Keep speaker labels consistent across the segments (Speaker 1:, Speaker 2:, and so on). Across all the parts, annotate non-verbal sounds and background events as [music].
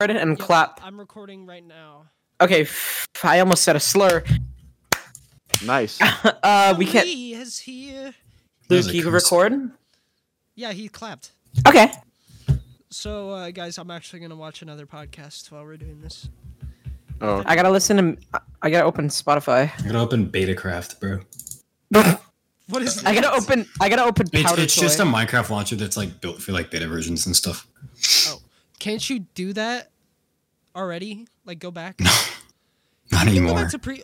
Speaker 1: Reddit and
Speaker 2: Yep,
Speaker 1: clap.
Speaker 2: I'm recording right now.
Speaker 1: Okay, f- I almost said a slur.
Speaker 3: [laughs] Nice.
Speaker 1: uh, we can't.
Speaker 2: Lee is here.
Speaker 4: That was
Speaker 1: Luke,
Speaker 4: a
Speaker 1: you
Speaker 4: curse.
Speaker 1: record?
Speaker 2: Yeah, he clapped.
Speaker 1: Okay.
Speaker 2: So, uh, guys, I'm actually gonna watch another podcast while we're doing this.
Speaker 3: Oh,
Speaker 1: I gotta listen to. I gotta open Spotify. [laughs]
Speaker 4: I'm gonna open Betacraft, bro.
Speaker 1: I
Speaker 2: What is? That?
Speaker 1: gotta open. I gotta open
Speaker 4: It's,
Speaker 1: Powder
Speaker 4: it's
Speaker 1: Toy.
Speaker 4: just a Minecraft launcher that's like built for like beta versions and stuff.
Speaker 2: Oh, Can't you do that already? Like, go back.
Speaker 4: Not
Speaker 2: Go
Speaker 4: anymore.
Speaker 2: back to pre.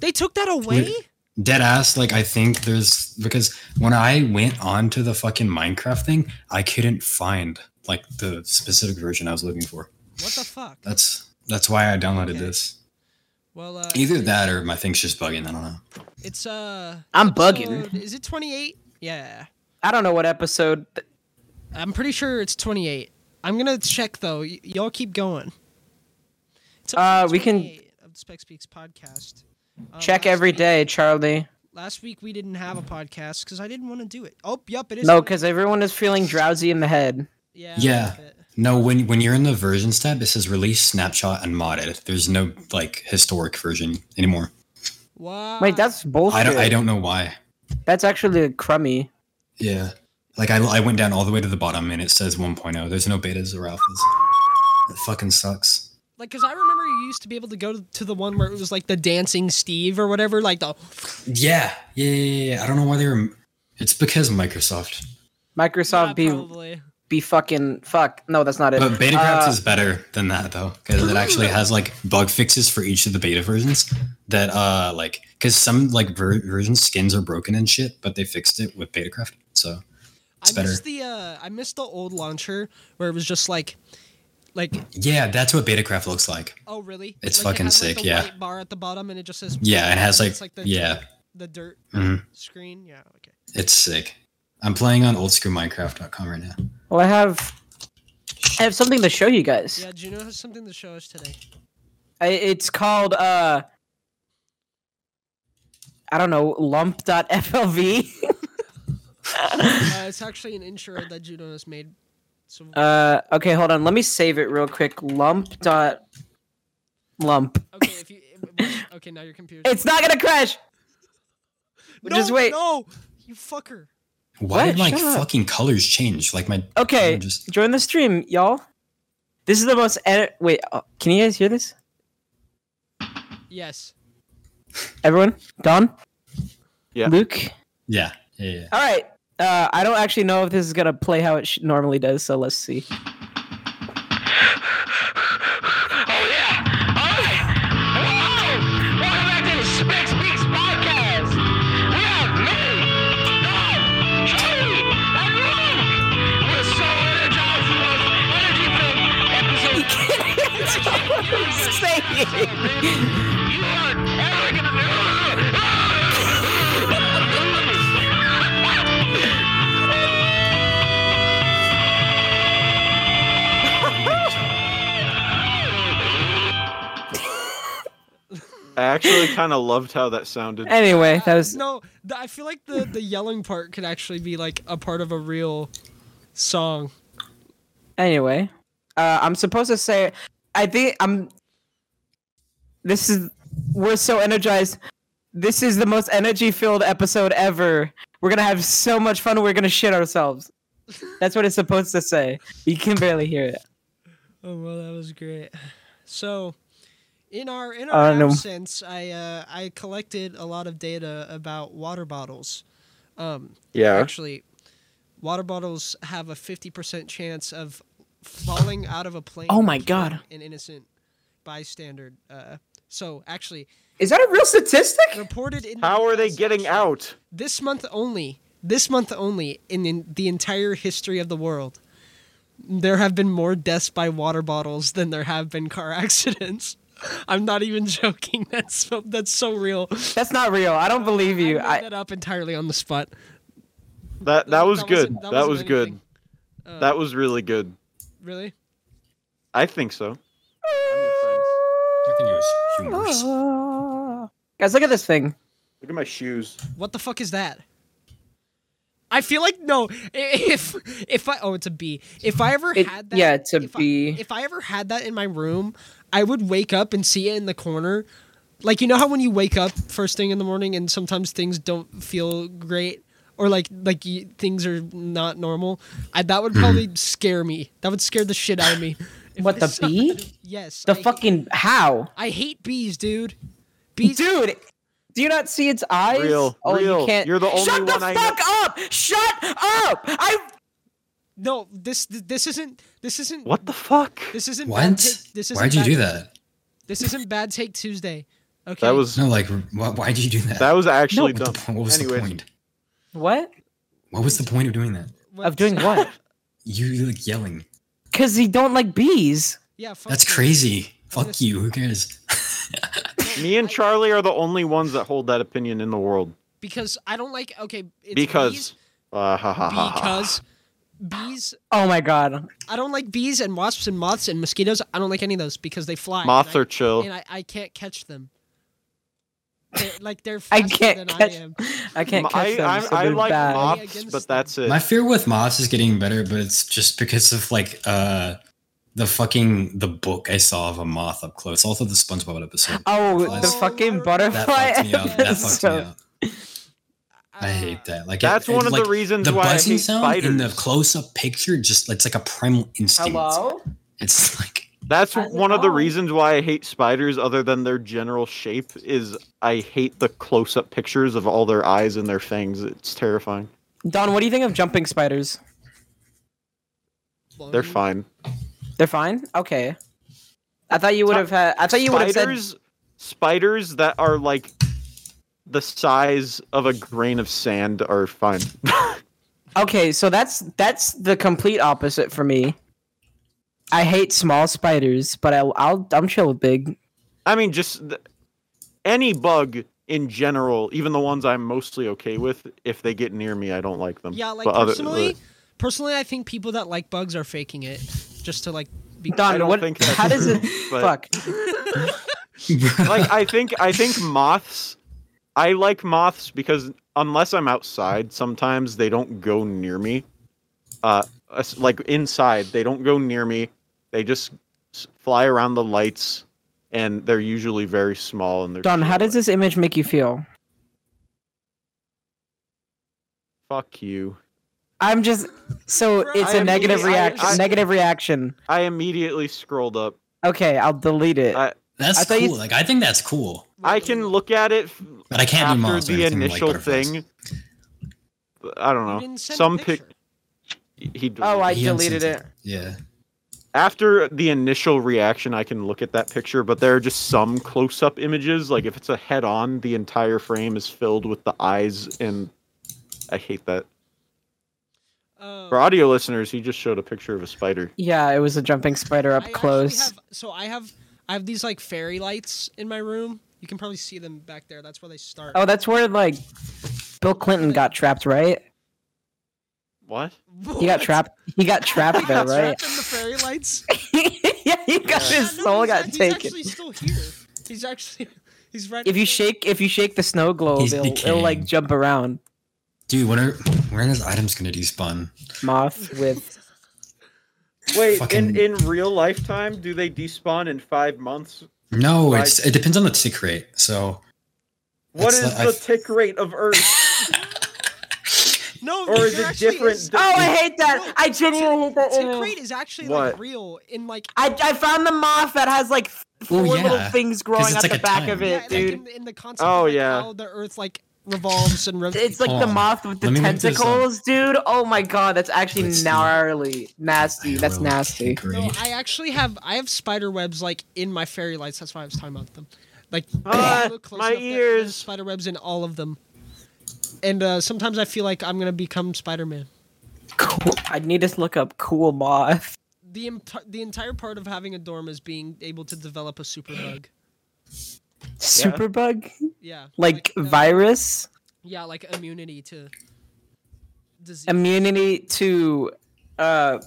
Speaker 2: They took that away.
Speaker 4: Dead ass. Like I think there's because when I went onto the fucking Minecraft thing, I couldn't find like the specific version I was looking for.
Speaker 2: What the fuck?
Speaker 4: That's that's why I downloaded
Speaker 2: Okay.
Speaker 4: this.
Speaker 2: Well, uh,
Speaker 4: Either that or my thing's just bugging. I don't know.
Speaker 2: it's uh.
Speaker 1: I'm bugging.
Speaker 2: episode- Is it 28? Yeah,
Speaker 1: I don't know what
Speaker 2: Oh,
Speaker 1: episode. th-
Speaker 2: I'm pretty sure it's 28. I'm gonna check though. Y- y'all keep going. It's
Speaker 1: Uh,
Speaker 2: episode
Speaker 1: we can-
Speaker 2: 28 of the Spec Speaks podcast. Uh,
Speaker 1: Check
Speaker 2: last
Speaker 1: every
Speaker 2: week-
Speaker 1: day, Charlie.
Speaker 2: Last week we didn't have a podcast because I didn't want to do it. Oh, yep, it is.
Speaker 1: No, because everyone is feeling drowsy in the head.
Speaker 2: yeah,
Speaker 4: Yeah.
Speaker 2: that's it.
Speaker 4: No, when when you're in the versions tab, it says release, snapshot, and modded. There's no like historic version anymore.
Speaker 2: Wow.
Speaker 1: Wait, that's bullshit.
Speaker 4: I don't I don't know why.
Speaker 1: That's actually crummy.
Speaker 4: Yeah. Like I, I went down all the way to the bottom and it says 1.0. There's no betas or alphas. It fucking sucks.
Speaker 2: like because I remember you used to be able to go to the one where it was like the dancing Steve or whatever. Like the
Speaker 4: Yeah. Yeah. yeah, yeah. I don't know why they were. It's because Microsoft.
Speaker 1: Microsoft
Speaker 2: Yeah,
Speaker 1: be
Speaker 2: probably.
Speaker 1: be fucking fuck. No, that's not it.
Speaker 4: But Betacraft
Speaker 1: Uh,
Speaker 4: is better than that though, because it actually has like bug fixes for each of the beta versions. That uh, like, because some like ver- version skins are broken and shit, but they fixed it with Betacraft. So
Speaker 2: I
Speaker 4: it's
Speaker 2: missed the uh, I missed the old launcher where it was just like, like
Speaker 4: yeah, that's what Betacraft looks like.
Speaker 2: oh really?
Speaker 4: It's
Speaker 2: Like, it
Speaker 4: fucking
Speaker 2: had, like,
Speaker 4: sick,
Speaker 2: the
Speaker 4: yeah.
Speaker 2: white bar at the bottom and it just says
Speaker 4: Yeah, it has,
Speaker 2: and
Speaker 4: like-
Speaker 2: it's,
Speaker 4: yeah.
Speaker 2: dirt- the dirt
Speaker 4: Mhm.
Speaker 2: screen. Yeah, okay.
Speaker 4: It's sick. I'm playing on oldschoolminecraft.com right now.
Speaker 1: well, I have. I have something to show you guys.
Speaker 2: Yeah, Juno has something to show us today.
Speaker 1: I- It's called uh I don't know, [laughs] lump.flv.
Speaker 2: Uh, it's actually an intro that Juno has made. So
Speaker 1: uh okay, hold on. Let me save it real quick. Lump dot lump.
Speaker 2: okay, if you okay now your computer.
Speaker 1: It's not gonna crash.
Speaker 2: no,
Speaker 1: just wait.
Speaker 2: No, you fucker.
Speaker 4: Why
Speaker 1: What?
Speaker 4: did my
Speaker 1: Shut up.
Speaker 4: fucking colors change? Like my
Speaker 1: Okay,
Speaker 4: I'm just-
Speaker 1: join the stream, y'all. This is the most edit. Wait, uh, can you guys hear this?
Speaker 2: Yes.
Speaker 1: Everyone, Don,
Speaker 3: Yeah.
Speaker 1: Luke.
Speaker 4: yeah, yeah, yeah.
Speaker 1: All right. Uh, I don't actually know if this is gonna play how it sh- normally does, so let's see. [laughs]
Speaker 5: Oh yeah! Alright! Whoa! Welcome back to the Specs Speaks Podcast! We have me, Don, Charlie, and Luke! We're so energized for this energy filled episode. You are never [laughs] gonna
Speaker 3: I actually kind of loved how that sounded.
Speaker 1: Anyway, that was
Speaker 2: No, th- I feel like the the yelling part could actually be like a part of a real song.
Speaker 1: Anyway, uh, I'm supposed to say, I think I'm. This is. We're so energized. This is the most energy filled episode ever. We're going to have so much fun. We're going to shit ourselves. That's what it's supposed to say. You can barely hear it.
Speaker 2: Oh well, that was great. So, in our in
Speaker 1: I
Speaker 2: our
Speaker 1: don't know.
Speaker 2: absence, I uh, I collected a lot of data about water bottles.
Speaker 3: Yeah.
Speaker 2: Actually, water bottles have a fifty percent chance of falling out of a plane.
Speaker 1: Oh my
Speaker 2: and
Speaker 1: God.
Speaker 2: killing An innocent bystander. Uh, so actually,
Speaker 1: Is that a real statistic?
Speaker 2: reported in the
Speaker 3: How are they
Speaker 2: US
Speaker 3: getting out?
Speaker 2: this month only, this month only, in, in the entire history of the world, there have been more deaths by water bottles than there have been car [laughs] accidents. I'm not even joking. [laughs] That's so, that's so real.
Speaker 1: That's not real. I don't believe you.
Speaker 2: I made
Speaker 1: I,
Speaker 2: that up entirely on the spot.
Speaker 3: That that was
Speaker 2: That
Speaker 3: good.
Speaker 2: wasn't- that Uh. wasn't
Speaker 3: That was good.
Speaker 2: anything.
Speaker 3: That was really good.
Speaker 2: Really?
Speaker 3: I think so. I'm your friends.
Speaker 4: I think it was humorous.
Speaker 1: guys, look at this thing.
Speaker 3: Look at my shoes.
Speaker 2: What the fuck is that? I feel like no. [laughs] i- If if I oh it's a B. If I ever
Speaker 1: It-
Speaker 2: had that,
Speaker 1: yeah, it's a
Speaker 2: if I-
Speaker 1: B.
Speaker 2: if I ever had that in my room, I would wake up and see it in the corner. Like you know how when you wake up first thing in the morning and sometimes things don't feel great or like like you, things are not normal. I, that would probably scare me. That would scare the shit out of me.
Speaker 1: [laughs]
Speaker 2: If [laughs]
Speaker 1: What
Speaker 2: I
Speaker 1: the
Speaker 2: saw-
Speaker 1: bee?
Speaker 2: Yes.
Speaker 1: The
Speaker 2: I-
Speaker 1: fucking how?
Speaker 2: I hate bees, dude. Bees.
Speaker 1: Dude, do you not see its eyes?
Speaker 3: Real,
Speaker 1: oh, you
Speaker 3: real.
Speaker 1: can't.
Speaker 3: You're the only
Speaker 1: Shut
Speaker 3: one
Speaker 1: the
Speaker 3: I know-
Speaker 1: fuck up! Shut up! I
Speaker 2: No, this this isn't this isn't
Speaker 3: What the fuck?
Speaker 2: This isn't Bad
Speaker 4: What?
Speaker 2: take, this isn't
Speaker 4: Why'd you
Speaker 2: bad,
Speaker 4: do that?
Speaker 2: This isn't bad take Tuesday. Okay.
Speaker 3: That was
Speaker 4: No, like, wh- why'd you do that?
Speaker 3: that was
Speaker 4: [laughs]
Speaker 3: actually
Speaker 4: what, the
Speaker 3: dumb.
Speaker 4: po- what was
Speaker 3: Anyways,
Speaker 4: the point?
Speaker 1: what?
Speaker 4: What was the point of doing that?
Speaker 2: What-
Speaker 1: Of doing
Speaker 4: [laughs]
Speaker 1: what?
Speaker 4: You like yelling.
Speaker 1: Because he don't like bees.
Speaker 2: Yeah. Fuck
Speaker 4: That's
Speaker 2: you.
Speaker 4: crazy. Fuck you. Who cares?
Speaker 3: me and Charlie are the only ones that hold that opinion in the world.
Speaker 2: Because I don't like. Okay. It's
Speaker 3: Because, [laughs]
Speaker 2: bees,
Speaker 3: uh, ha, ha, ha, ha.
Speaker 2: because bees.
Speaker 1: Oh my god.
Speaker 2: I don't like bees and wasps and moths and mosquitoes. I don't like any of those because they fly. and
Speaker 3: moths
Speaker 2: I-
Speaker 3: are chill.
Speaker 2: And I, I can't catch them.
Speaker 4: [laughs]
Speaker 2: They're, like they're
Speaker 1: I
Speaker 2: faster
Speaker 1: can't
Speaker 2: than
Speaker 1: catch-
Speaker 2: I am.
Speaker 1: [laughs] I can't
Speaker 3: M-
Speaker 1: catch
Speaker 3: I,
Speaker 1: them.
Speaker 3: I'm-
Speaker 1: so
Speaker 3: I
Speaker 1: they're
Speaker 3: like
Speaker 1: bad.
Speaker 2: moth-
Speaker 3: moths,
Speaker 2: against
Speaker 3: but
Speaker 2: them.
Speaker 3: that's it.
Speaker 4: My fear with moths is getting better, but it's just because of like uh the fucking the book I saw of a moth up close. Also the SpongeBob episode.
Speaker 1: Oh,
Speaker 4: Flies.
Speaker 1: the
Speaker 2: Oh,
Speaker 1: fucking
Speaker 2: Lord.
Speaker 4: That
Speaker 1: butterfly
Speaker 4: fucked
Speaker 1: [laughs]
Speaker 4: me up. That fucked me
Speaker 1: episode.
Speaker 4: up. I hate that. Like
Speaker 3: That's
Speaker 4: it- it-
Speaker 3: one of the
Speaker 4: like,
Speaker 3: reasons
Speaker 4: the
Speaker 3: why I
Speaker 4: buzzing
Speaker 3: hate
Speaker 4: sound in the
Speaker 3: spiders.
Speaker 4: close-up picture just it's like a primal instinct. It's [laughs] like
Speaker 3: That's
Speaker 1: I don't
Speaker 3: one of the
Speaker 1: know.
Speaker 3: reasons why I hate spiders, other than their general shape, is I hate the close-up pictures of all their eyes and their fangs. It's terrifying.
Speaker 1: Don, what do you think of jumping spiders?
Speaker 3: [laughs] They're
Speaker 2: Blown.
Speaker 3: fine.
Speaker 1: They're fine. Okay. I thought you would have had. I thought you would have said.
Speaker 3: spiders, spiders that are like the size of a grain of sand are fine.
Speaker 1: Okay, so that's that's the complete opposite for me. I hate small spiders, but I, I'll I'm chill with big.
Speaker 3: I mean, just th- any bug in general, even the ones I'm mostly okay with, if they get near me, I don't like them.
Speaker 2: Yeah. Like
Speaker 3: But other- uh,
Speaker 2: personally, personally, I think people that like bugs are faking it just to like be.
Speaker 3: I
Speaker 1: Don,
Speaker 3: don't
Speaker 1: what?
Speaker 3: think that's
Speaker 1: How does
Speaker 3: true,
Speaker 1: it?
Speaker 3: [laughs] but-
Speaker 1: Fuck.
Speaker 3: like I think I think moths. I like moths because unless I'm outside, sometimes they don't go near me. Uh, us- like inside, they don't go near me. They just s- fly around the lights, and they're usually very small. And they're
Speaker 1: Don, how
Speaker 3: chill.
Speaker 1: does this image make you feel?
Speaker 3: Fuck you!
Speaker 1: I'm just so it's
Speaker 3: I
Speaker 1: a
Speaker 3: am-
Speaker 1: negative
Speaker 3: I-
Speaker 1: reaction.
Speaker 3: I-
Speaker 1: negative reaction.
Speaker 3: I immediately scrolled up.
Speaker 1: Okay, I'll delete it.
Speaker 3: I-
Speaker 4: [laughs] that's
Speaker 1: I thought you-
Speaker 4: cool. Like I think that's cool.
Speaker 3: I can look at it f-
Speaker 4: But I can't do
Speaker 3: after
Speaker 4: moths or
Speaker 3: the
Speaker 4: anything like
Speaker 3: initial
Speaker 4: butterflies.
Speaker 3: thing. I don't
Speaker 2: You
Speaker 3: know.
Speaker 2: didn't send a
Speaker 3: Some pic.
Speaker 2: picture.
Speaker 3: He
Speaker 1: oh, I
Speaker 4: He
Speaker 1: deleted
Speaker 4: unsent
Speaker 1: it.
Speaker 4: Yeah.
Speaker 3: after the initial reaction i can look at that picture but there are just some close-up images like if it's a head-on the entire frame is filled with the eyes and i hate that
Speaker 2: Uh,
Speaker 3: for audio listeners he just showed a picture of a spider
Speaker 1: Yeah, it was a jumping spider up
Speaker 2: I actually
Speaker 1: close.
Speaker 2: Have, so I have I have these like fairy lights in my room. You can probably see them back there. That's where they start.
Speaker 1: Oh, that's where like Bill Clinton got trapped, right?
Speaker 3: what
Speaker 2: [laughs]
Speaker 1: He Oh, got trapped. He got trapped there,
Speaker 2: That's
Speaker 1: right?
Speaker 2: in the fairy lights.
Speaker 1: yeah, he got [laughs] his
Speaker 2: Yeah, no,
Speaker 1: soul
Speaker 2: he's
Speaker 1: got
Speaker 2: act-
Speaker 1: taken.
Speaker 2: He's actually still here. He's actually he's right.
Speaker 1: If you
Speaker 2: here.
Speaker 1: shake, if you shake the snow globe,
Speaker 4: He's
Speaker 1: it'll, it'll like
Speaker 4: decaying.
Speaker 1: jump around.
Speaker 4: Dude, when are when is items gonna despawn?
Speaker 2: [laughs]
Speaker 1: Moth with
Speaker 3: wait
Speaker 4: Fucking-
Speaker 3: in real lifetime do they despawn in five months
Speaker 4: No,
Speaker 3: Like-
Speaker 4: it's it depends on the tick rate. So
Speaker 3: What is
Speaker 4: That's not- I-
Speaker 3: tick rate of
Speaker 4: [laughs]
Speaker 3: earth
Speaker 2: no,
Speaker 3: or is
Speaker 2: there
Speaker 3: it
Speaker 2: actually
Speaker 3: different-
Speaker 2: Is, [laughs]
Speaker 1: oh, I hate that! I genuinely hate that
Speaker 2: Tick
Speaker 1: image.
Speaker 2: rate is actually like
Speaker 3: What?
Speaker 2: real in like
Speaker 1: I, I found the moth that has like four
Speaker 4: Well,
Speaker 1: little
Speaker 4: yeah,
Speaker 1: things
Speaker 4: 'cause
Speaker 1: growing
Speaker 4: it's
Speaker 1: out
Speaker 4: like
Speaker 1: the
Speaker 4: a
Speaker 1: back
Speaker 4: tongue.
Speaker 1: of
Speaker 2: yeah,
Speaker 1: it,
Speaker 2: like
Speaker 1: dude.
Speaker 2: in, in the concept.
Speaker 3: Oh,
Speaker 2: of, like,
Speaker 3: yeah.
Speaker 2: how the Earth like revolves and rotates.
Speaker 1: It's like the
Speaker 4: Oh,
Speaker 1: moth with the
Speaker 4: let me make this up.
Speaker 1: tentacles, dude. Oh my god, that's actually
Speaker 4: Let's see.
Speaker 1: gnarly, nasty.
Speaker 4: I
Speaker 1: That's
Speaker 4: really
Speaker 1: nasty.
Speaker 4: can't
Speaker 2: No,
Speaker 4: grade.
Speaker 2: I actually have I have spider webs like in my fairy lights. That's why I was talking about them. Like
Speaker 3: Ah,
Speaker 2: if you look close
Speaker 3: my
Speaker 2: enough, there- there's
Speaker 3: ears.
Speaker 2: spider webs in all of them. And uh, sometimes I feel like I'm gonna become Spider Man.
Speaker 1: Cool. I need to look up cool moth.
Speaker 2: The ent- the entire part of having a dorm is being able to develop a super bug.
Speaker 1: [laughs] Superbug,
Speaker 2: Yeah,
Speaker 1: like
Speaker 2: uh,
Speaker 1: virus,
Speaker 2: yeah, like immunity to disease.
Speaker 1: immunity to. Uh,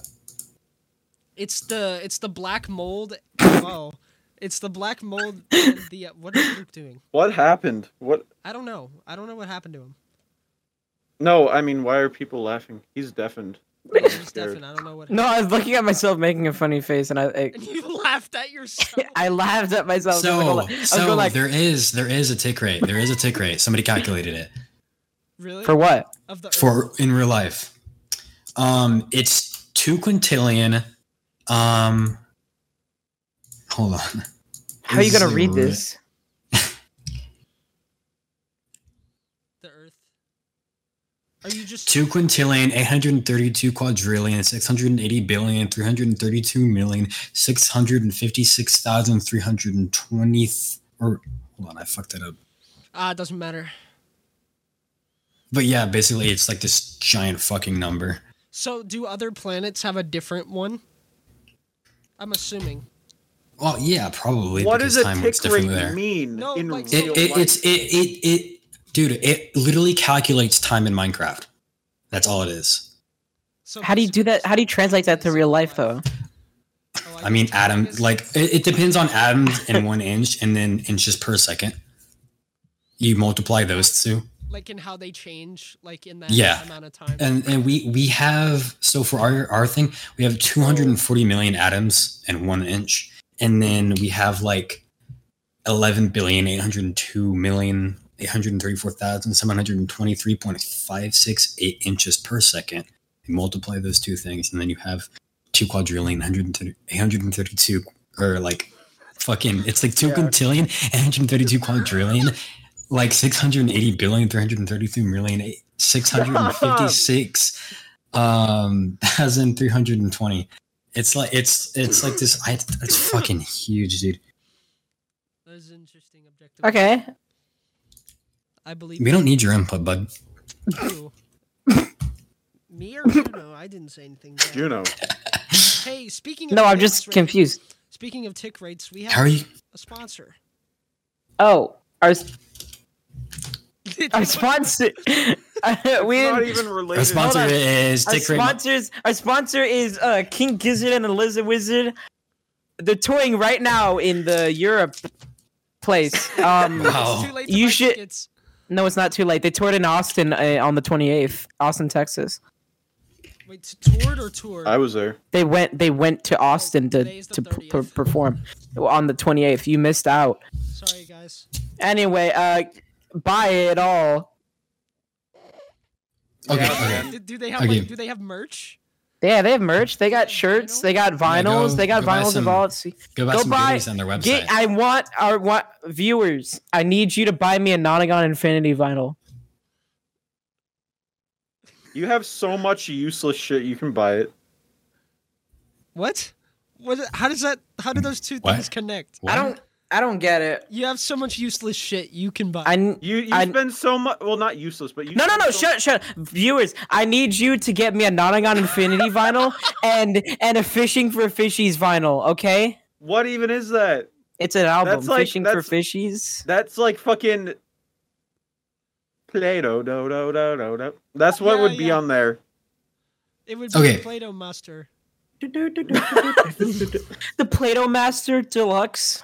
Speaker 2: it's the it's the black mold. oh, it's the black mold. And the uh, what is Luke doing?
Speaker 3: what happened what
Speaker 2: I don't know. I don't know what happened to him.
Speaker 3: No, I mean, why are people laughing? He's deafened. I'm
Speaker 2: It's
Speaker 3: scared.
Speaker 2: deafened. I don't know what.
Speaker 1: No, I was looking at myself making a funny face, and I I,
Speaker 2: And you [laughs] laughed at yourself.
Speaker 1: [laughs] I laughed at myself. I was
Speaker 4: So,
Speaker 1: like- I was
Speaker 4: so
Speaker 1: going like,
Speaker 4: there is there is a tick rate. There is a tick rate. Somebody calculated it
Speaker 2: Really?
Speaker 1: for what?
Speaker 2: Of the Earth.
Speaker 4: for in real life. Um, it's two quintillion. Um, hold on.
Speaker 1: How are you gonna
Speaker 4: Zero
Speaker 1: read
Speaker 4: it.
Speaker 1: this?
Speaker 2: The Earth. Are you just
Speaker 4: Two quintillion, eight hundred and thirty-two quadrillion, six hundred and eighty billion, three hundred and thirty-two million, six hundred and fifty-six thousand, three hundred and twenty. Or hold on, I fucked that up.
Speaker 2: Ah, it doesn't matter.
Speaker 4: But yeah, basically, it's like this giant fucking number.
Speaker 2: So, do other planets have a different one? I'm assuming.
Speaker 4: Well, yeah, probably.
Speaker 3: What
Speaker 4: because
Speaker 3: does a
Speaker 4: time
Speaker 3: tick
Speaker 4: works
Speaker 3: rate
Speaker 4: differently there.
Speaker 3: mean
Speaker 2: No,
Speaker 3: in
Speaker 2: like-
Speaker 3: real
Speaker 4: It, it,
Speaker 3: life?
Speaker 4: it's it, it it dude. It literally calculates time in Minecraft. That's all it is.
Speaker 2: So
Speaker 1: How do you do that? How do you translate that to real life, though?
Speaker 2: Oh,
Speaker 4: I mean,
Speaker 2: guess-
Speaker 4: atom
Speaker 2: guess-
Speaker 4: like it, it depends on atoms
Speaker 3: [laughs]
Speaker 4: in one inch and then inches per second. You multiply those two.
Speaker 2: like in how they change, like in that
Speaker 4: Yeah.
Speaker 2: amount of time.
Speaker 4: and and we we have so for our our thing we have 240 million atoms in one inch and then we have like 11 billion 802 million 834,723.568 inches per second. You multiply those two things, and then you have two quadrillion, 130 832, or like fucking, it's like two
Speaker 3: Yeah.
Speaker 4: quintillion, 132 quadrillion, like 680 billion, 333 million, eight- 656 um thousand three hundred and twenty. It's like it's it's like this. I, it's fucking huge, dude.
Speaker 2: That is interesting objective.
Speaker 1: Okay,
Speaker 2: I believe
Speaker 4: We don't need your input, bud.
Speaker 1: [laughs]
Speaker 2: you. Me or Juno? I didn't say anything. bad.
Speaker 3: Juno.
Speaker 2: Hey, speaking of
Speaker 1: no, I'm
Speaker 2: ticks
Speaker 1: just
Speaker 2: rate-
Speaker 1: confused.
Speaker 2: Speaking of tick rates, we have
Speaker 4: How are you?
Speaker 2: a sponsor.
Speaker 1: Oh, our
Speaker 2: [laughs]
Speaker 1: our sponsor. [laughs] we
Speaker 3: Not
Speaker 1: didn't-
Speaker 3: even related.
Speaker 4: Our sponsor
Speaker 1: on.
Speaker 4: is
Speaker 1: our
Speaker 4: Dick Raymond.
Speaker 1: sponsors. Our sponsor is uh, King Gizzard and the Lizard Wizard. They're touring right now in the Europe
Speaker 4: [laughs]
Speaker 1: place. Um,
Speaker 4: Wow.
Speaker 2: It's too late to
Speaker 1: You
Speaker 2: buy
Speaker 1: should-
Speaker 2: tickets.
Speaker 1: No, it's not too late. They toured in Austin uh, on the 28th, Austin, Texas.
Speaker 2: Wait, to toured or tour?
Speaker 3: I was there.
Speaker 1: They went. They went to Austin to
Speaker 2: today's the
Speaker 1: to per- per-
Speaker 2: 30th.
Speaker 1: perform on the 28th. You missed out.
Speaker 2: Sorry, guys.
Speaker 1: Anyway, uh, buy it all.
Speaker 4: Okay,
Speaker 3: Yeah,
Speaker 4: okay.
Speaker 3: man.
Speaker 2: Do, do they have
Speaker 4: Okay.
Speaker 2: like, do they have merch?
Speaker 1: Yeah, they have merch. They got shirts. They got vinyls.
Speaker 4: go-
Speaker 1: they got
Speaker 4: go buy
Speaker 1: vinyls
Speaker 4: some-
Speaker 1: of all. See,
Speaker 4: Go buy
Speaker 1: Go
Speaker 4: some
Speaker 1: buy-
Speaker 4: goodies on their website.
Speaker 1: get. I want our want viewers. I need you to buy me a Nonagon Infinity vinyl.
Speaker 3: You have so much useless shit. You can buy it.
Speaker 2: What? What? How does that? How do those two
Speaker 4: What?
Speaker 2: things connect?
Speaker 4: What?
Speaker 1: I don't. I don't get it.
Speaker 2: You have so much useless shit you can buy.
Speaker 1: I. n-
Speaker 3: You you
Speaker 1: I-
Speaker 3: spend so much. Well, not useless, but you.
Speaker 1: No, no,
Speaker 3: spend
Speaker 1: no!
Speaker 3: so-
Speaker 1: Shut, shut, viewers! I need you to get me a Nonagon Infinity [laughs] vinyl and and a Fishing for Fishies vinyl. Okay.
Speaker 3: What even is that?
Speaker 1: It's an album.
Speaker 3: That's like-
Speaker 1: Fishing
Speaker 3: that's-
Speaker 1: for fishies.
Speaker 3: That's like fucking. Play-Doh, do, do, do, do, do. That's what
Speaker 2: Yeah,
Speaker 3: would be
Speaker 2: yeah.
Speaker 3: on there.
Speaker 2: it would be
Speaker 4: Okay.
Speaker 2: Play-Doh mustard.
Speaker 1: The Play-Doh Master Deluxe.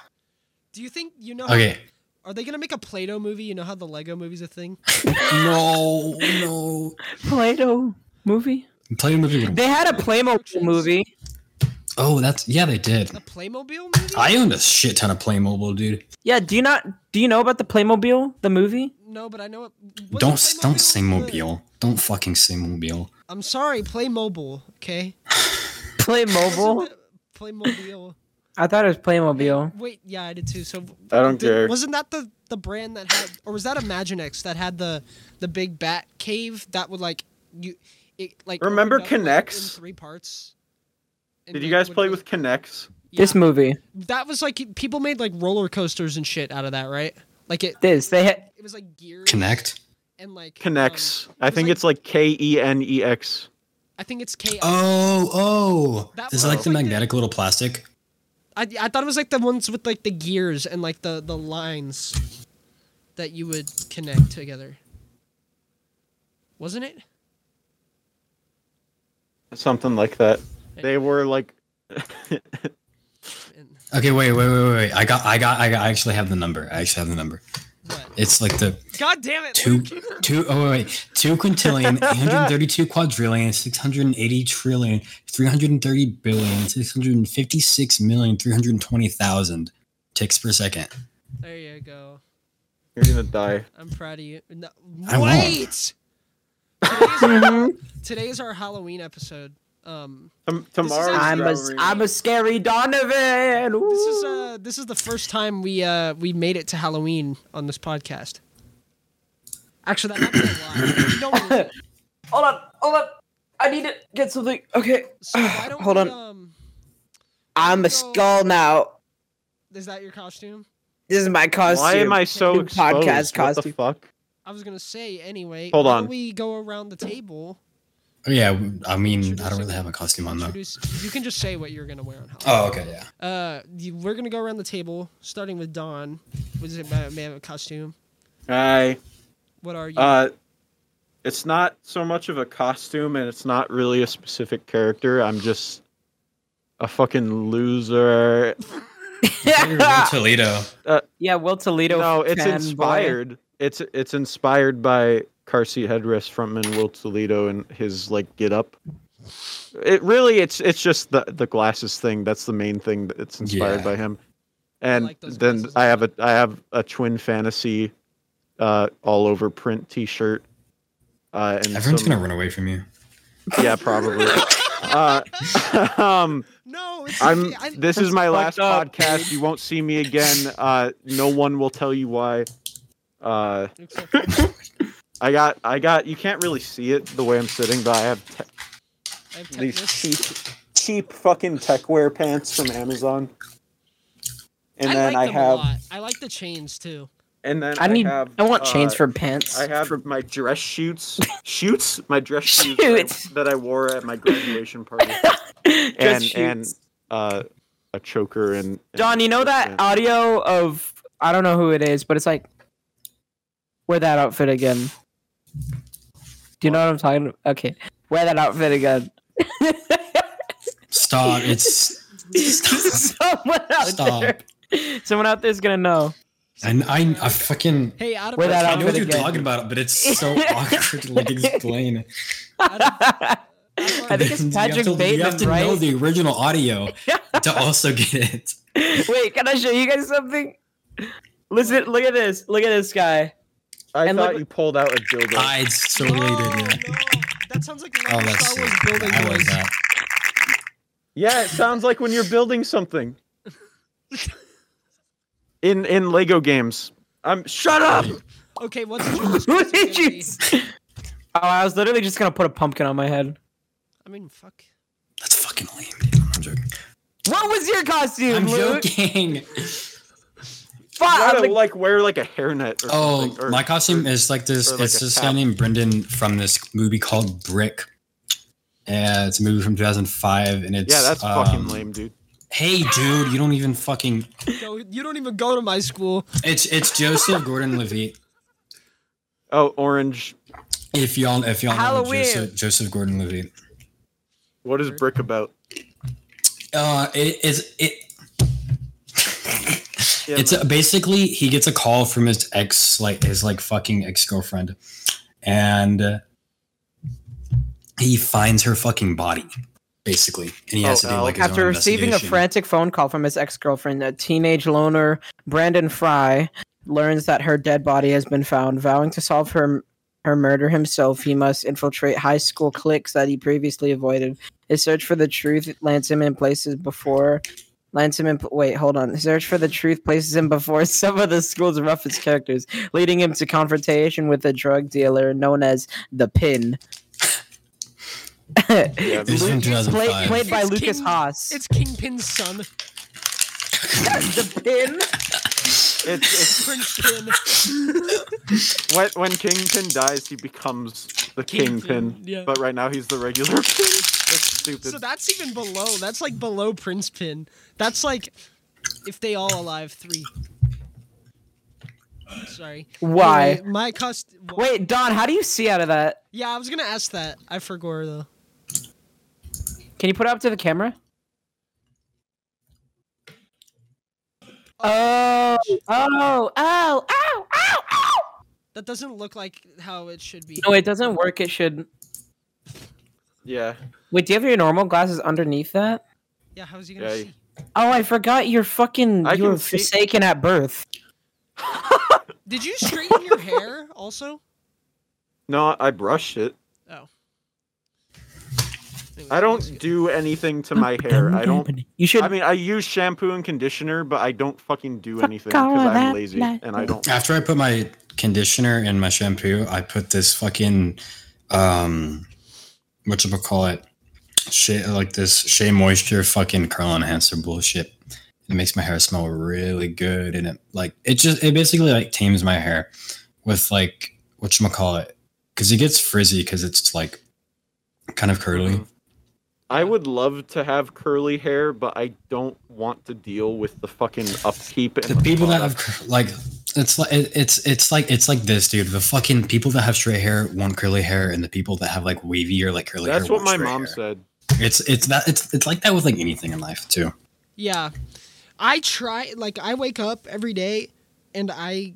Speaker 2: Do you think you know?
Speaker 4: Okay.
Speaker 2: Are they gonna make a Play-Doh movie? You know how the Lego movie's a thing.
Speaker 4: No, no.
Speaker 1: Play-Doh movie.
Speaker 4: Play a movie. with-
Speaker 1: They had a Playmobil movie.
Speaker 4: Oh, that's yeah, they did.
Speaker 2: A
Speaker 1: [laughs]
Speaker 2: Playmobil movie?
Speaker 4: I owned a shit ton of Playmobil, dude.
Speaker 1: Yeah. Do you not? Do you know about the Playmobil? The movie?
Speaker 2: no, but I know. It, was
Speaker 4: don't
Speaker 2: it
Speaker 4: don't
Speaker 2: Playmobil?
Speaker 4: say mobile. Don't fucking say mobile.
Speaker 2: I'm sorry, Playmobile. Okay.
Speaker 1: Playmobil.
Speaker 2: Wasn't it Playmobil.
Speaker 1: I thought it was Playmobil.
Speaker 2: Wait, yeah, I did too. So
Speaker 3: I don't
Speaker 2: did-
Speaker 3: care.
Speaker 2: Wasn't that the the brand that had, or was that Imaginex that had the the big bat cave that would like you, it like opened
Speaker 3: Remember
Speaker 2: up, like, in
Speaker 3: Kinex?
Speaker 2: three parts. And,
Speaker 3: Did you
Speaker 2: like,
Speaker 3: guys
Speaker 2: would
Speaker 3: play
Speaker 2: be-
Speaker 3: with Kinects?
Speaker 2: yeah.
Speaker 1: This movie.
Speaker 2: That was like people made like roller coasters and shit out of that, right? Like it,
Speaker 1: This. They had.
Speaker 2: it was like gears
Speaker 4: Connect.
Speaker 2: and like um,
Speaker 3: Kinects. I
Speaker 2: it was,
Speaker 3: think it's like K E N E X.
Speaker 2: I think it's K. I
Speaker 4: Oh, oh.
Speaker 2: That
Speaker 4: Is it like
Speaker 2: was
Speaker 4: the
Speaker 2: like the-
Speaker 4: magnetic little plastic?
Speaker 2: I I thought it was like the ones with like the gears and like the the lines that you would connect together. Wasn't it?
Speaker 3: Something like that. They were like.
Speaker 2: And
Speaker 4: Okay, wait, wait, wait, wait, wait. I got, I got, I got. I actually have the number. I actually have the number.
Speaker 2: what?
Speaker 4: It's like the
Speaker 2: God damn it.
Speaker 4: two,
Speaker 2: Luke.
Speaker 4: two, oh wait, wait, two quintillion, 832 quadrillion, 680 trillion, 330 billion, 656 million, 320,000 ticks per second.
Speaker 2: There you go.
Speaker 3: You're gonna die.
Speaker 2: I'm proud of you. No,
Speaker 4: I won't.
Speaker 2: wait. Mm-hmm. Today's our, today is our Halloween episode. Um,
Speaker 3: Tom- tomorrow's
Speaker 1: I'm a,
Speaker 3: Halloween.
Speaker 1: I'm a scary Donovan.
Speaker 2: this
Speaker 1: Ooh.
Speaker 2: is uh, this is the first time we uh, we made it to Halloween on this podcast. Actually, that [coughs] happened a lot. No, wait,
Speaker 1: Hold on, hold on. I need to get something. Okay.
Speaker 2: so why don't
Speaker 1: Hold
Speaker 2: we,
Speaker 1: on.
Speaker 2: Um,
Speaker 1: I'm a skull now.
Speaker 2: is that your costume?
Speaker 1: This is my costume.
Speaker 3: Why am
Speaker 1: [laughs]
Speaker 3: I
Speaker 1: Podcast
Speaker 3: so exposed? What
Speaker 1: costume.
Speaker 3: the fuck?
Speaker 2: I was gonna say anyway.
Speaker 3: Hold
Speaker 2: why don't
Speaker 3: on.
Speaker 2: We go around the table.
Speaker 4: Oh, yeah, I mean, I don't really have a costume on though.
Speaker 2: Introduce, you can just say what you're gonna wear on Halloween.
Speaker 4: Oh, okay, yeah.
Speaker 2: Uh, you, we're gonna go around the table, starting with Don. What is it? May may I have a costume?
Speaker 3: I
Speaker 2: What are you?
Speaker 3: uh, it's not so much of a costume, and it's not really a specific character. I'm just a fucking loser.
Speaker 1: [laughs]
Speaker 4: Toledo.
Speaker 1: yeah, Will Toledo.
Speaker 3: no, it's
Speaker 1: fanboy.
Speaker 3: inspired. It's it's inspired by car seat headrest frontman Will Toledo and his like get up. It really it's it's just the the glasses thing. That's the main thing that it's inspired
Speaker 4: Yeah.
Speaker 3: by him. And
Speaker 2: like those
Speaker 3: then
Speaker 2: glasses.
Speaker 3: I have a I have a twin fantasy uh all over print t shirt. Uh and
Speaker 4: Everyone's
Speaker 3: some-
Speaker 4: gonna run away from you.
Speaker 3: Yeah, probably. uh, [laughs] um
Speaker 2: no, it's
Speaker 3: I'm.
Speaker 2: I- [laughs]
Speaker 3: This is my last
Speaker 1: fucked up,
Speaker 3: podcast. You won't see me again. Uh, no one will tell you why. Uh,
Speaker 2: Except-
Speaker 3: I got. I got. You can't really see it the way I'm sitting, but I have te-
Speaker 2: I have
Speaker 3: these
Speaker 2: tetanus.
Speaker 3: cheap, cheap fucking techwear pants from Amazon. And
Speaker 2: I
Speaker 3: then
Speaker 2: like
Speaker 3: I
Speaker 2: them
Speaker 3: have.
Speaker 2: a lot. I like the chains too.
Speaker 3: And then
Speaker 1: I need. I,
Speaker 3: have,
Speaker 1: want
Speaker 3: uh,
Speaker 1: chains for pants. [laughs]
Speaker 3: I have my dress shoots. Shoots. My dress shoots,
Speaker 1: Shoots.
Speaker 3: that I wore at my graduation party. and
Speaker 1: Just
Speaker 3: and
Speaker 1: shoots.
Speaker 3: uh, a choker and.
Speaker 1: Don, you know that
Speaker 3: Yeah.
Speaker 1: audio of I don't know who it is, but it's like wear that outfit again. Do you know what I'm talking? About? Okay, wear that outfit again. [laughs]
Speaker 4: Stop! It's stop.
Speaker 1: [laughs] Someone out
Speaker 4: Stop.
Speaker 1: there. Someone out there's gonna know.
Speaker 4: And I, I fucking.
Speaker 2: Hey, out of
Speaker 1: Wear that
Speaker 4: I
Speaker 2: out
Speaker 4: know
Speaker 2: of,
Speaker 1: outfit
Speaker 4: what you're
Speaker 1: again.
Speaker 4: talking about, but it's
Speaker 1: [laughs]
Speaker 4: so awkward to like explain.
Speaker 1: I think it's
Speaker 4: You have
Speaker 1: Patrick
Speaker 4: to- You
Speaker 1: Bateman,
Speaker 4: have to know
Speaker 1: right?
Speaker 4: the original audio to also get it.
Speaker 1: [laughs] Wait, can I show you guys something? Listen, look at this. Look at this guy. [laughs]
Speaker 3: I
Speaker 1: and
Speaker 3: thought
Speaker 1: look-
Speaker 3: you pulled out a dildo.
Speaker 4: Ah, it's so
Speaker 2: Oh, no,
Speaker 4: related.
Speaker 2: no, that sounds like
Speaker 4: Yeah. Oh,
Speaker 2: another
Speaker 4: that's
Speaker 2: Star
Speaker 4: sick.
Speaker 2: Wars building
Speaker 4: I like
Speaker 2: noise.
Speaker 4: that.
Speaker 3: Yeah, it sounds like when you're building something. [laughs] in in Lego games. I'm shut
Speaker 4: [laughs]
Speaker 3: up.
Speaker 2: Okay, what's your
Speaker 1: What did
Speaker 2: gonna
Speaker 1: you?
Speaker 2: be?
Speaker 1: s- Oh, I was literally just gonna put a pumpkin on my head.
Speaker 2: I mean, fuck.
Speaker 4: That's fucking lame, dude. I'm joking.
Speaker 1: What was your costume?
Speaker 4: I'm
Speaker 1: Luke?
Speaker 4: joking.
Speaker 1: Fuck,
Speaker 3: You
Speaker 1: I was
Speaker 3: gotta
Speaker 1: like-
Speaker 3: like wear like a hairnet. Or
Speaker 4: Oh,
Speaker 3: something, or-
Speaker 4: my costume is like this.
Speaker 3: or like
Speaker 4: it's
Speaker 3: a
Speaker 4: this
Speaker 3: cap.
Speaker 4: guy named Brendan from this movie called Brick. Yeah, it's a movie from 2005, and it's
Speaker 3: Yeah, that's
Speaker 4: um,
Speaker 3: fucking lame, dude.
Speaker 4: Hey, dude, you don't even fucking.
Speaker 2: Go, you don't even go to my school.
Speaker 4: It's it's Joseph Gordon-Levitt.
Speaker 3: Oh, orange.
Speaker 4: If y'all if y'all know
Speaker 1: Halloween.
Speaker 4: Joseph, Joseph Gordon-Levitt,
Speaker 3: What is brick about?
Speaker 4: uh, it is it
Speaker 3: Yeah,
Speaker 4: it's
Speaker 3: no.
Speaker 4: uh basically he gets a call from his ex like his like fucking ex-girlfriend and uh, he finds her fucking body basically and he has
Speaker 3: Oh,
Speaker 4: to do
Speaker 3: Al.
Speaker 4: like his
Speaker 1: After
Speaker 4: own
Speaker 1: receiving a
Speaker 4: investigation.
Speaker 1: frantic phone call from his ex girlfriend, a teenage loner, Brandon Fry, learns that her dead body has been found. Vowing to solve her, her murder himself, he must infiltrate high school cliques that he previously avoided. His search for the truth lands him in places before. Lands him in. Wait, hold on. His search for the truth places him before [laughs] some of the school's roughest characters, leading him to confrontation with a drug dealer known as the Pin.
Speaker 3: Yeah,
Speaker 4: It was from
Speaker 1: Play,
Speaker 4: 2005.
Speaker 1: played by
Speaker 2: It's
Speaker 1: Lucas
Speaker 2: King-
Speaker 1: Haas.
Speaker 2: It's Kingpin's son,
Speaker 1: the Pin.
Speaker 4: [laughs]
Speaker 3: it's,
Speaker 2: Prince Pin.
Speaker 3: it's when, when Kingpin dies, he becomes the Kingpin.
Speaker 2: Kingpin, yeah.
Speaker 3: But right now he's the regular [laughs] Pin. That's stupid.
Speaker 2: So that's even below. That's like below Prince Pin. That's like if they all alive three. Sorry.
Speaker 1: Why?
Speaker 2: Anyway, my cost.
Speaker 1: Wait, Don, how do you see out of that?
Speaker 2: Yeah, I was gonna ask that. I forgot though.
Speaker 1: Can you put it up to the camera? Oh, oh, oh, ow, ow, ow!
Speaker 2: That doesn't look like how it should be.
Speaker 1: No, it doesn't work. It should.
Speaker 3: Yeah.
Speaker 1: Wait, do you have your normal glasses underneath that?
Speaker 2: yeah, how's he gonna
Speaker 3: Yeah,
Speaker 2: see?
Speaker 1: Oh, I forgot you're fucking.
Speaker 3: I
Speaker 1: you were
Speaker 3: can see-
Speaker 1: forsaken at birth.
Speaker 2: Did you straighten your hair also?
Speaker 3: No, I brushed it.
Speaker 2: Oh. Anyways,
Speaker 3: [laughs] I
Speaker 2: that looks
Speaker 3: don't
Speaker 2: good.
Speaker 3: do anything to my hair. I don't.
Speaker 1: You should.
Speaker 3: I mean, I use shampoo and conditioner, but I don't fucking do anything
Speaker 1: all
Speaker 3: because I'm
Speaker 1: that
Speaker 3: lazy and I don't.
Speaker 4: After I put my conditioner in my shampoo, I put this fucking um what you call it? Shea, like this Shea Moisture fucking curl enhancer bullshit. It makes my hair smell really good and it like it just it basically like tames my hair with like what you call it? Cuz it gets frizzy cuz it's like kind of curly.
Speaker 3: I would love to have curly hair, but I don't want to deal with the fucking upkeep. And
Speaker 4: the people that have
Speaker 3: product.
Speaker 4: cur- like it's like it- it's it's like it's like this dude the fucking people that have straight hair want curly hair and the people that have like wavy or like curly
Speaker 3: That's
Speaker 4: hair
Speaker 3: what
Speaker 4: want
Speaker 3: my
Speaker 4: straight
Speaker 3: mom
Speaker 4: hair.
Speaker 3: said.
Speaker 4: it's it's that it's it's like that with like anything in life too
Speaker 2: Yeah. I try like I wake up every day and I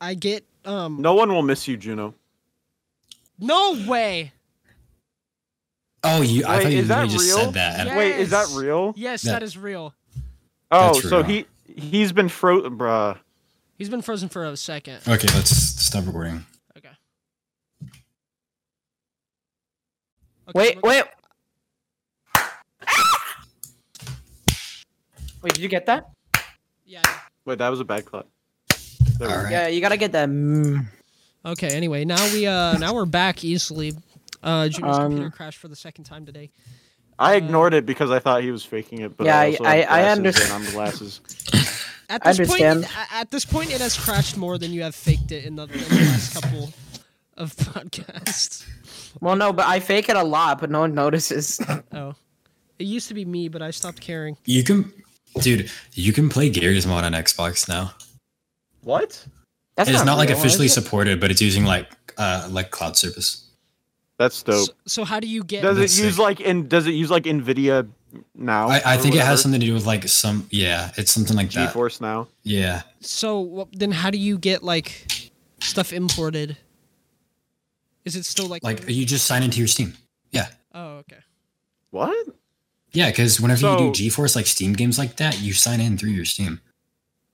Speaker 2: I get um
Speaker 3: No one will miss you, Juno.
Speaker 2: no way.
Speaker 4: oh you i
Speaker 3: Wait,
Speaker 4: thought you
Speaker 3: is that
Speaker 4: literally just
Speaker 3: real?
Speaker 4: said that
Speaker 2: Yeah.
Speaker 3: Wait, is that
Speaker 2: Yes.
Speaker 3: real?
Speaker 2: Yes,
Speaker 4: That-
Speaker 2: that is real.
Speaker 3: Oh,
Speaker 4: That's
Speaker 3: so
Speaker 4: real.
Speaker 3: he he's been fro bruh.
Speaker 2: He's been frozen for a second.
Speaker 4: okay let's stop recording
Speaker 2: Okay. Okay,
Speaker 1: wait,
Speaker 2: look-
Speaker 1: wait. Wait, did you get that?
Speaker 2: Yeah.
Speaker 3: Wait, that was a bad clap. There we
Speaker 4: all
Speaker 3: go.
Speaker 4: right
Speaker 1: Yeah, you gotta get that. Mm.
Speaker 2: Okay, anyway, now we uh now we're back easily. Uh Junior's
Speaker 1: Um,
Speaker 2: computer crashed for the second time today.
Speaker 3: I ignored it because I thought he was faking it, but
Speaker 1: Yeah,
Speaker 3: I
Speaker 1: I-
Speaker 3: also
Speaker 1: I-
Speaker 3: have
Speaker 1: I
Speaker 3: glasses
Speaker 1: understand.
Speaker 3: And I'm glasses.
Speaker 2: At
Speaker 1: I
Speaker 2: this point,
Speaker 1: understand.
Speaker 2: a- at this point, it has crashed more than you have faked it in the, in the last couple of [laughs] podcasts.
Speaker 1: Well, no, but I fake it a lot, but no one notices. [laughs]
Speaker 2: Oh, it used to be me, but I stopped caring.
Speaker 4: you can dude you can play gears mod on xbox now
Speaker 3: What?
Speaker 1: That's
Speaker 4: it's not, like
Speaker 1: real, is
Speaker 4: officially
Speaker 1: it?
Speaker 4: supported but it's using like uh like cloud service
Speaker 3: That's dope.
Speaker 1: Oh.
Speaker 2: So, so how do you get?
Speaker 3: does
Speaker 4: That's
Speaker 3: it use
Speaker 4: sick.
Speaker 3: like in? Does it use like Nvidia now?
Speaker 4: i, I
Speaker 3: Oh, or
Speaker 4: think it has
Speaker 3: whatever?
Speaker 4: something to do with like some yeah it's something like that
Speaker 3: GeForce now.
Speaker 4: yeah
Speaker 2: So wha- then, how do you get like stuff imported? Is it still like?
Speaker 4: like you just sign into your steam yeah
Speaker 2: oh, okay.
Speaker 3: What?
Speaker 4: Yeah, because whenever
Speaker 3: So-
Speaker 4: you do GeForce like Steam games like that, you sign in through your Steam.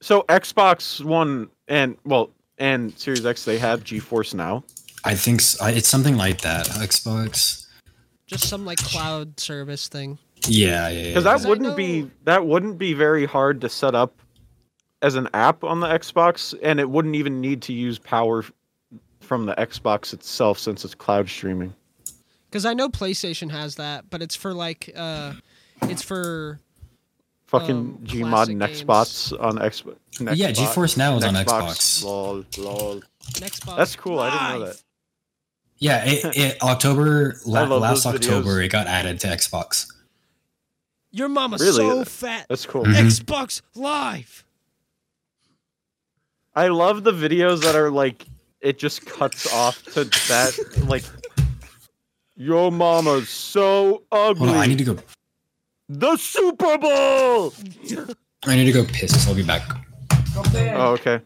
Speaker 3: So Xbox One and well and Series X they have GeForce now.
Speaker 4: I think s I it's something like that. Xbox.
Speaker 2: Just some like cloud service thing.
Speaker 4: Yeah, yeah. yeah.
Speaker 3: Because that
Speaker 2: I
Speaker 3: wouldn't be
Speaker 2: know-
Speaker 3: that wouldn't be very hard to set up as an app on the Xbox, and it wouldn't even need to use power f- from the Xbox itself since it's cloud streaming.
Speaker 2: Because I know PlayStation has that, but it's for like, uh, it's for
Speaker 3: Fucking
Speaker 2: Um,
Speaker 3: Gmod
Speaker 2: classic games.
Speaker 3: Nextbots on Xbox.
Speaker 4: yeah,
Speaker 3: Nextbot.
Speaker 4: GeForce Now is on
Speaker 3: Nextbox.
Speaker 4: Xbox.
Speaker 3: Lol, lol.
Speaker 2: Xbox.
Speaker 3: That's cool. I didn't know that.
Speaker 4: Yeah, it, it October
Speaker 3: [laughs]
Speaker 4: la-
Speaker 3: love
Speaker 4: last
Speaker 3: those
Speaker 4: October
Speaker 3: videos.
Speaker 4: it got added to Xbox.
Speaker 2: Your mama's
Speaker 3: Really?
Speaker 2: so
Speaker 3: uh,
Speaker 2: fat.
Speaker 3: That's cool.
Speaker 4: Mhm.
Speaker 2: Xbox Live.
Speaker 3: I love the videos that are like it just cuts off to that like your mama's so ugly.
Speaker 4: Hold on, I need to go.
Speaker 3: The Super Bowl.
Speaker 4: I need to go piss. I'll be back.
Speaker 3: Oh, okay.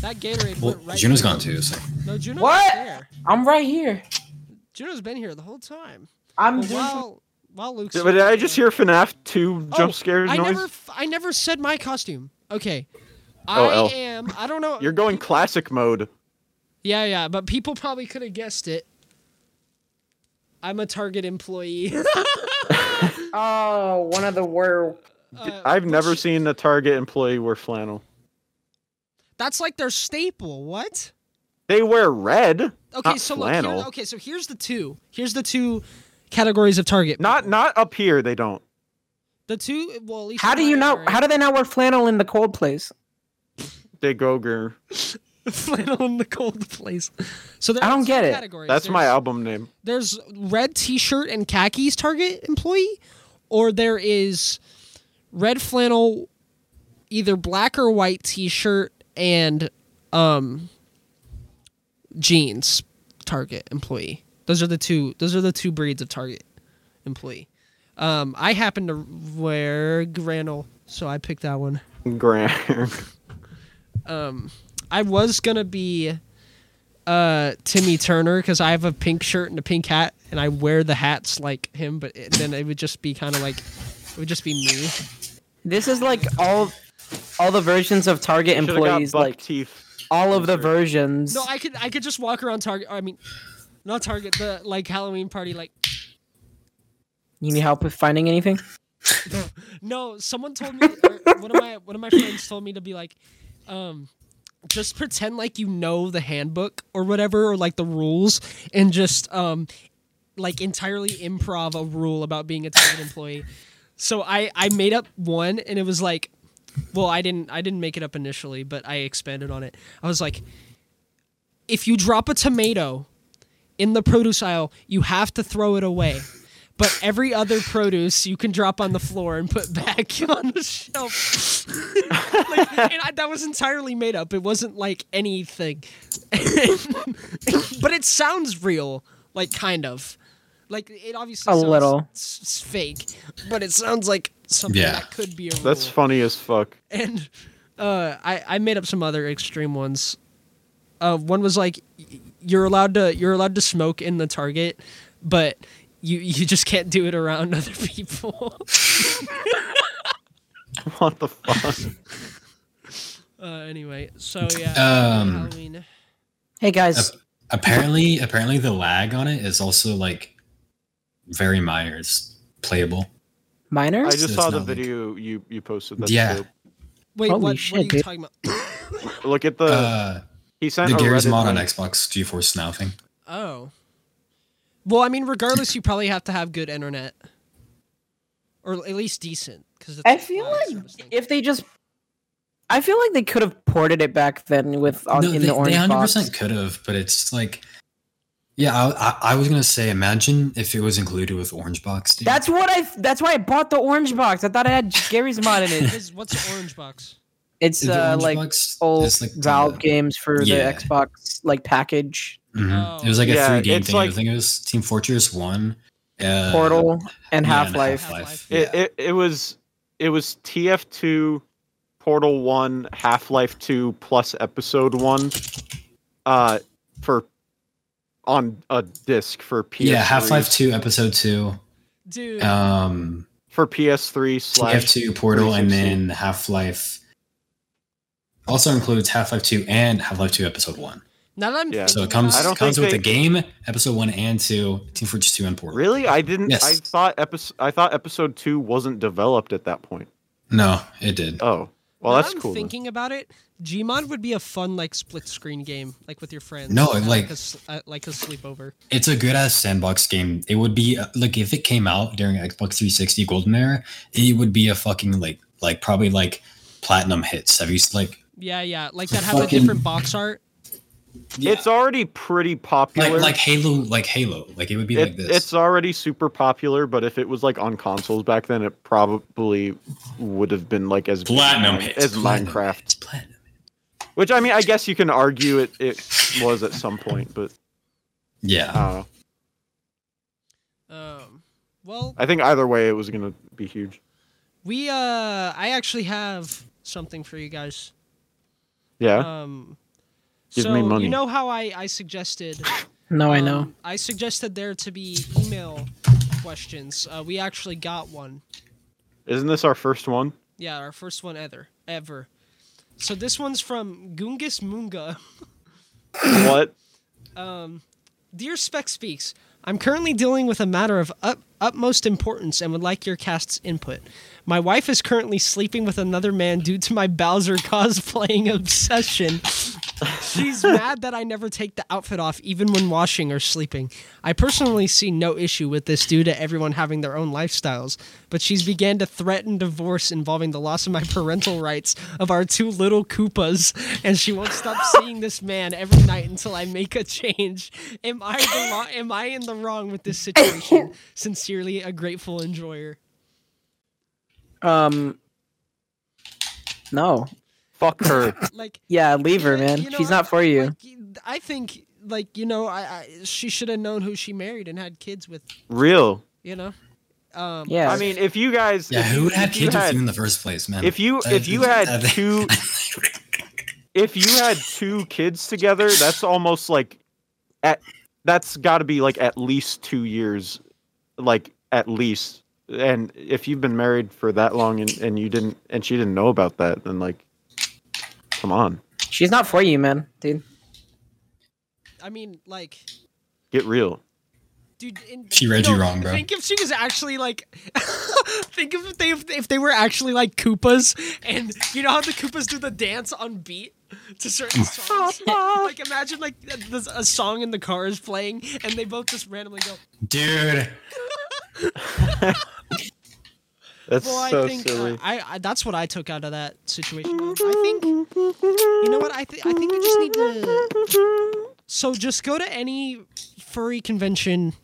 Speaker 2: That Gatorade
Speaker 4: Well,
Speaker 2: went right.
Speaker 4: Juno's gone too. So.
Speaker 2: No, Juno.
Speaker 1: What?
Speaker 2: was There.
Speaker 1: I'm right here.
Speaker 2: Juno's been here the whole time.
Speaker 1: I'm
Speaker 2: Well,
Speaker 1: doing.
Speaker 2: while while Luke's.
Speaker 3: Did, did I just hear FNAF 2 jump
Speaker 2: Oh,
Speaker 3: scare
Speaker 2: I
Speaker 3: noise?
Speaker 2: never, f- I never said my costume. Okay.
Speaker 3: Oh,
Speaker 2: I
Speaker 3: L.
Speaker 2: am. I don't know.
Speaker 3: You're going classic mode.
Speaker 2: yeah, yeah, but people probably could have guessed it. I'm a Target employee. [laughs]
Speaker 1: Oh, one of the were.
Speaker 2: Uh,
Speaker 3: I've never
Speaker 2: which-
Speaker 3: seen a Target employee wear flannel.
Speaker 2: That's like their staple. What?
Speaker 3: They wear red.
Speaker 2: Okay,
Speaker 3: not
Speaker 2: so
Speaker 3: flannel.
Speaker 2: look. Here, okay, so here's the two. Here's the two categories of Target.
Speaker 3: Not not up here. They don't.
Speaker 2: the two. Well, at least
Speaker 1: How do you not? How do they not wear flannel in the cold place?
Speaker 3: They go grr.
Speaker 2: flannel in the cold place? So there
Speaker 1: I
Speaker 2: are
Speaker 1: don't
Speaker 2: two
Speaker 1: get it.
Speaker 2: Categories.
Speaker 3: That's my
Speaker 2: There's-
Speaker 3: album name.
Speaker 2: there's red t-shirt and khakis target employee or there is red flannel either black or white t-shirt and um jeans target employee those are the two those are the two breeds of target employee um i happen to wear granule so i
Speaker 3: [laughs]
Speaker 2: picked that one
Speaker 3: Grr.
Speaker 2: um i was gonna be uh, Timmy Turner because I have a pink shirt and a pink hat, and I wear the hats like him. But it, then it would just be kind of like it would just be me.
Speaker 1: This is like all all the versions of Target
Speaker 3: Should've got
Speaker 1: employees,
Speaker 3: buck
Speaker 1: like
Speaker 3: teeth.
Speaker 1: all of the versions.
Speaker 2: No, I could I could just walk around Target. I mean, not Target, the like Halloween party. Like,
Speaker 1: you need help with finding anything?
Speaker 2: no, someone told me. Or one of my one of my friends told me to be like, um, just pretend like you know the handbook or whatever, or like the rules, and just um, like entirely improv a rule about being a Target employee. So I I made up one, and it was like, well, I didn't I didn't make it up initially, but I expanded on it. I was like, if you drop a tomato in the produce aisle, you have to throw it away. But every other produce you can drop on the floor and put back [laughs] on the shelf. Like, and I, that was entirely made up. It wasn't like anything. [laughs] but it sounds real, like kind of. Like it obviously
Speaker 1: A
Speaker 2: sounds
Speaker 1: little.
Speaker 2: s- s- fake, but it sounds like something
Speaker 4: Yeah.
Speaker 2: that could be a
Speaker 3: That's
Speaker 2: rule.
Speaker 3: funny as fuck. [laughs]
Speaker 2: and uh, I I made up some other extreme ones. Uh, one was like y- you're allowed to you're allowed to smoke in the target, but you you just can't do it around [laughs] other people. [laughs]
Speaker 3: What the fuck?
Speaker 2: uh, anyway, so yeah,
Speaker 4: Um,
Speaker 2: Halloween.
Speaker 1: Hey guys,
Speaker 4: Apparently, apparently the lag on it is also like very minor. It's playable.
Speaker 1: minor?
Speaker 3: I
Speaker 4: It's
Speaker 3: just saw the
Speaker 4: not like-
Speaker 3: video you you posted. That's
Speaker 4: Yeah.
Speaker 3: dope.
Speaker 2: Wait,
Speaker 1: holy
Speaker 2: what,
Speaker 1: shit,
Speaker 2: what are you
Speaker 1: dude.
Speaker 2: talking about? [coughs]
Speaker 3: Look at the
Speaker 4: Uh,
Speaker 3: he sent
Speaker 4: the
Speaker 3: a
Speaker 4: Gary's
Speaker 3: Reddit
Speaker 4: mod on
Speaker 3: link.
Speaker 4: Xbox GeForce Now thing.
Speaker 2: Oh, well, I mean, regardless, you probably have to have good internet, or at least decent. Because
Speaker 1: I feel like if they just, I feel like they could have ported it back then with on,
Speaker 4: no,
Speaker 1: in
Speaker 4: they,
Speaker 1: the
Speaker 4: they
Speaker 1: orange
Speaker 4: 100%
Speaker 1: box.
Speaker 4: could have, but it's just like, yeah, I, I, I was gonna say, imagine if it was included with Orange Box. Dude.
Speaker 1: That's what I. That's why I bought the orange box. I thought it had Gary's mod in
Speaker 4: [laughs]
Speaker 1: it.
Speaker 2: what's the orange box?
Speaker 1: It's
Speaker 4: The
Speaker 1: uh,
Speaker 4: Orange
Speaker 1: like
Speaker 4: Box
Speaker 1: old
Speaker 4: is, like, the-
Speaker 1: Valve games for
Speaker 4: Yeah.
Speaker 1: the Xbox like package,
Speaker 4: Mhm. It was like a
Speaker 3: Yeah,
Speaker 4: three game
Speaker 3: it's
Speaker 4: thing.
Speaker 3: like-
Speaker 4: I think it was Team Fortress One, uh,
Speaker 1: Portal, and
Speaker 4: yeah,
Speaker 1: Half Life.
Speaker 4: Half-Life.
Speaker 2: Half-Life.
Speaker 4: Yeah.
Speaker 3: It, it it was it was TF2, Portal One, Half Life Two plus Episode One, uh, for on a disc for PS.
Speaker 4: yeah, Half Life Two, Episode Two,
Speaker 2: Dude,
Speaker 4: um,
Speaker 3: for PS3 slash
Speaker 4: TF Two Portal, and
Speaker 3: 360.
Speaker 4: then Half Life. Also includes Half Life Two and Half Life Two Episode One.
Speaker 2: now that I'm
Speaker 3: Yeah.
Speaker 4: So it
Speaker 2: thinking
Speaker 4: comes
Speaker 2: about
Speaker 3: I don't
Speaker 4: comes
Speaker 3: think
Speaker 4: with
Speaker 3: they-
Speaker 4: the game, Episode One and Two, Team Fortress Two and Portal.
Speaker 3: Really, I didn't.
Speaker 4: Yes.
Speaker 3: I thought episode. I thought episode two wasn't developed at that point.
Speaker 4: No, it did.
Speaker 3: Oh, well,
Speaker 2: Now
Speaker 3: that's
Speaker 2: I'm
Speaker 3: cool. then.
Speaker 2: Thinking about it, Gmod would be a fun like split screen game, like with your friends.
Speaker 4: No,
Speaker 2: at,
Speaker 4: like-
Speaker 2: a, s- at, like a sleepover.
Speaker 4: It's a good ass sandbox game. It would be uh, like if it came out during Xbox 360 Golden Era, it would be a fucking like like probably like platinum hits. Have you s- like
Speaker 2: Yeah, yeah, like that have a
Speaker 4: Fucking-
Speaker 2: different box art.
Speaker 4: yeah.
Speaker 3: It's already pretty
Speaker 4: like
Speaker 3: popular.
Speaker 4: like Halo, like Halo, like it would be
Speaker 3: It-
Speaker 4: like this.
Speaker 3: it's already super popular, but if it was like on consoles back then, it probably would have been like as big
Speaker 4: platinum
Speaker 3: as-
Speaker 4: hits.
Speaker 3: as
Speaker 4: platinum
Speaker 3: Minecraft.
Speaker 4: hits, platinum.
Speaker 3: Which I mean, I guess you can argue it it was at some point, but I
Speaker 4: Yeah,
Speaker 3: don't know.
Speaker 2: Um, well,
Speaker 3: I think either way, it was gonna be huge.
Speaker 2: we uh, I actually have something for you guys.
Speaker 3: Yeah,
Speaker 2: Um,
Speaker 3: Give
Speaker 2: so
Speaker 3: me money.
Speaker 2: you know how I I suggested
Speaker 1: No, I
Speaker 2: um,
Speaker 1: know.
Speaker 2: I suggested there to be email questions. Uh, we actually got one.
Speaker 3: isn't this our first one?
Speaker 2: Yeah, our first one ever. Ever. So this one's from Gungus Munga. [laughs]
Speaker 3: what?
Speaker 2: Dear Spec Speaks, I'm currently dealing with a matter of up, utmost importance and would like your cast's input. My wife is currently sleeping with another man due to my Bowser [laughs] cosplaying obsession. She's mad that I never take the outfit off even when washing or sleeping. I personally see no issue with this due to everyone having their own lifestyles, but she's began to threaten divorce involving the loss of my [laughs] parental rights of our two little Koopas, and she won't stop seeing this man every night until I make a change. Am I the lo- am I in the wrong with this situation? Sincerely, a grateful enjoyer.
Speaker 1: Um, no.
Speaker 3: Fuck her.
Speaker 2: Like
Speaker 1: Yeah, leave her,
Speaker 2: Yeah,
Speaker 1: man.
Speaker 2: you know,
Speaker 1: She's
Speaker 2: I-
Speaker 1: not for you.
Speaker 2: like, I think, like you know, I, I she should have known who she married and had kids with.
Speaker 3: Real.
Speaker 2: You know, um,
Speaker 1: Yeah.
Speaker 3: I mean, if you guys,
Speaker 4: yeah.
Speaker 3: if
Speaker 4: Who
Speaker 3: you-
Speaker 4: would have
Speaker 3: if you
Speaker 4: kids with
Speaker 3: had-
Speaker 4: you in the first place, man?
Speaker 3: if you-
Speaker 4: Uh,
Speaker 3: if you had
Speaker 4: uh,
Speaker 3: two- if you had two kids together, that's almost like at that's got to be like at least 2 years like at least and if you've been married for that long and, and you didn't and she didn't know about that then like come on
Speaker 1: She's not for you, man, dude.
Speaker 2: I mean, like,
Speaker 3: get real
Speaker 2: dude. In,
Speaker 4: She read you wrong, bro.
Speaker 2: Think if she was actually like, [laughs] think if they if, if they were actually like Koopas, and you know how the Koopas do the dance on beat to certain songs. like, imagine like th- there's a song in the car is playing, and they both just randomly go.
Speaker 4: [laughs] Dude.
Speaker 3: that's
Speaker 2: Well, I
Speaker 3: so
Speaker 2: think
Speaker 3: silly
Speaker 2: uh, I, I that's what I took out of that situation. I think you know what I think. I think we just need to. So just go to any furry convention,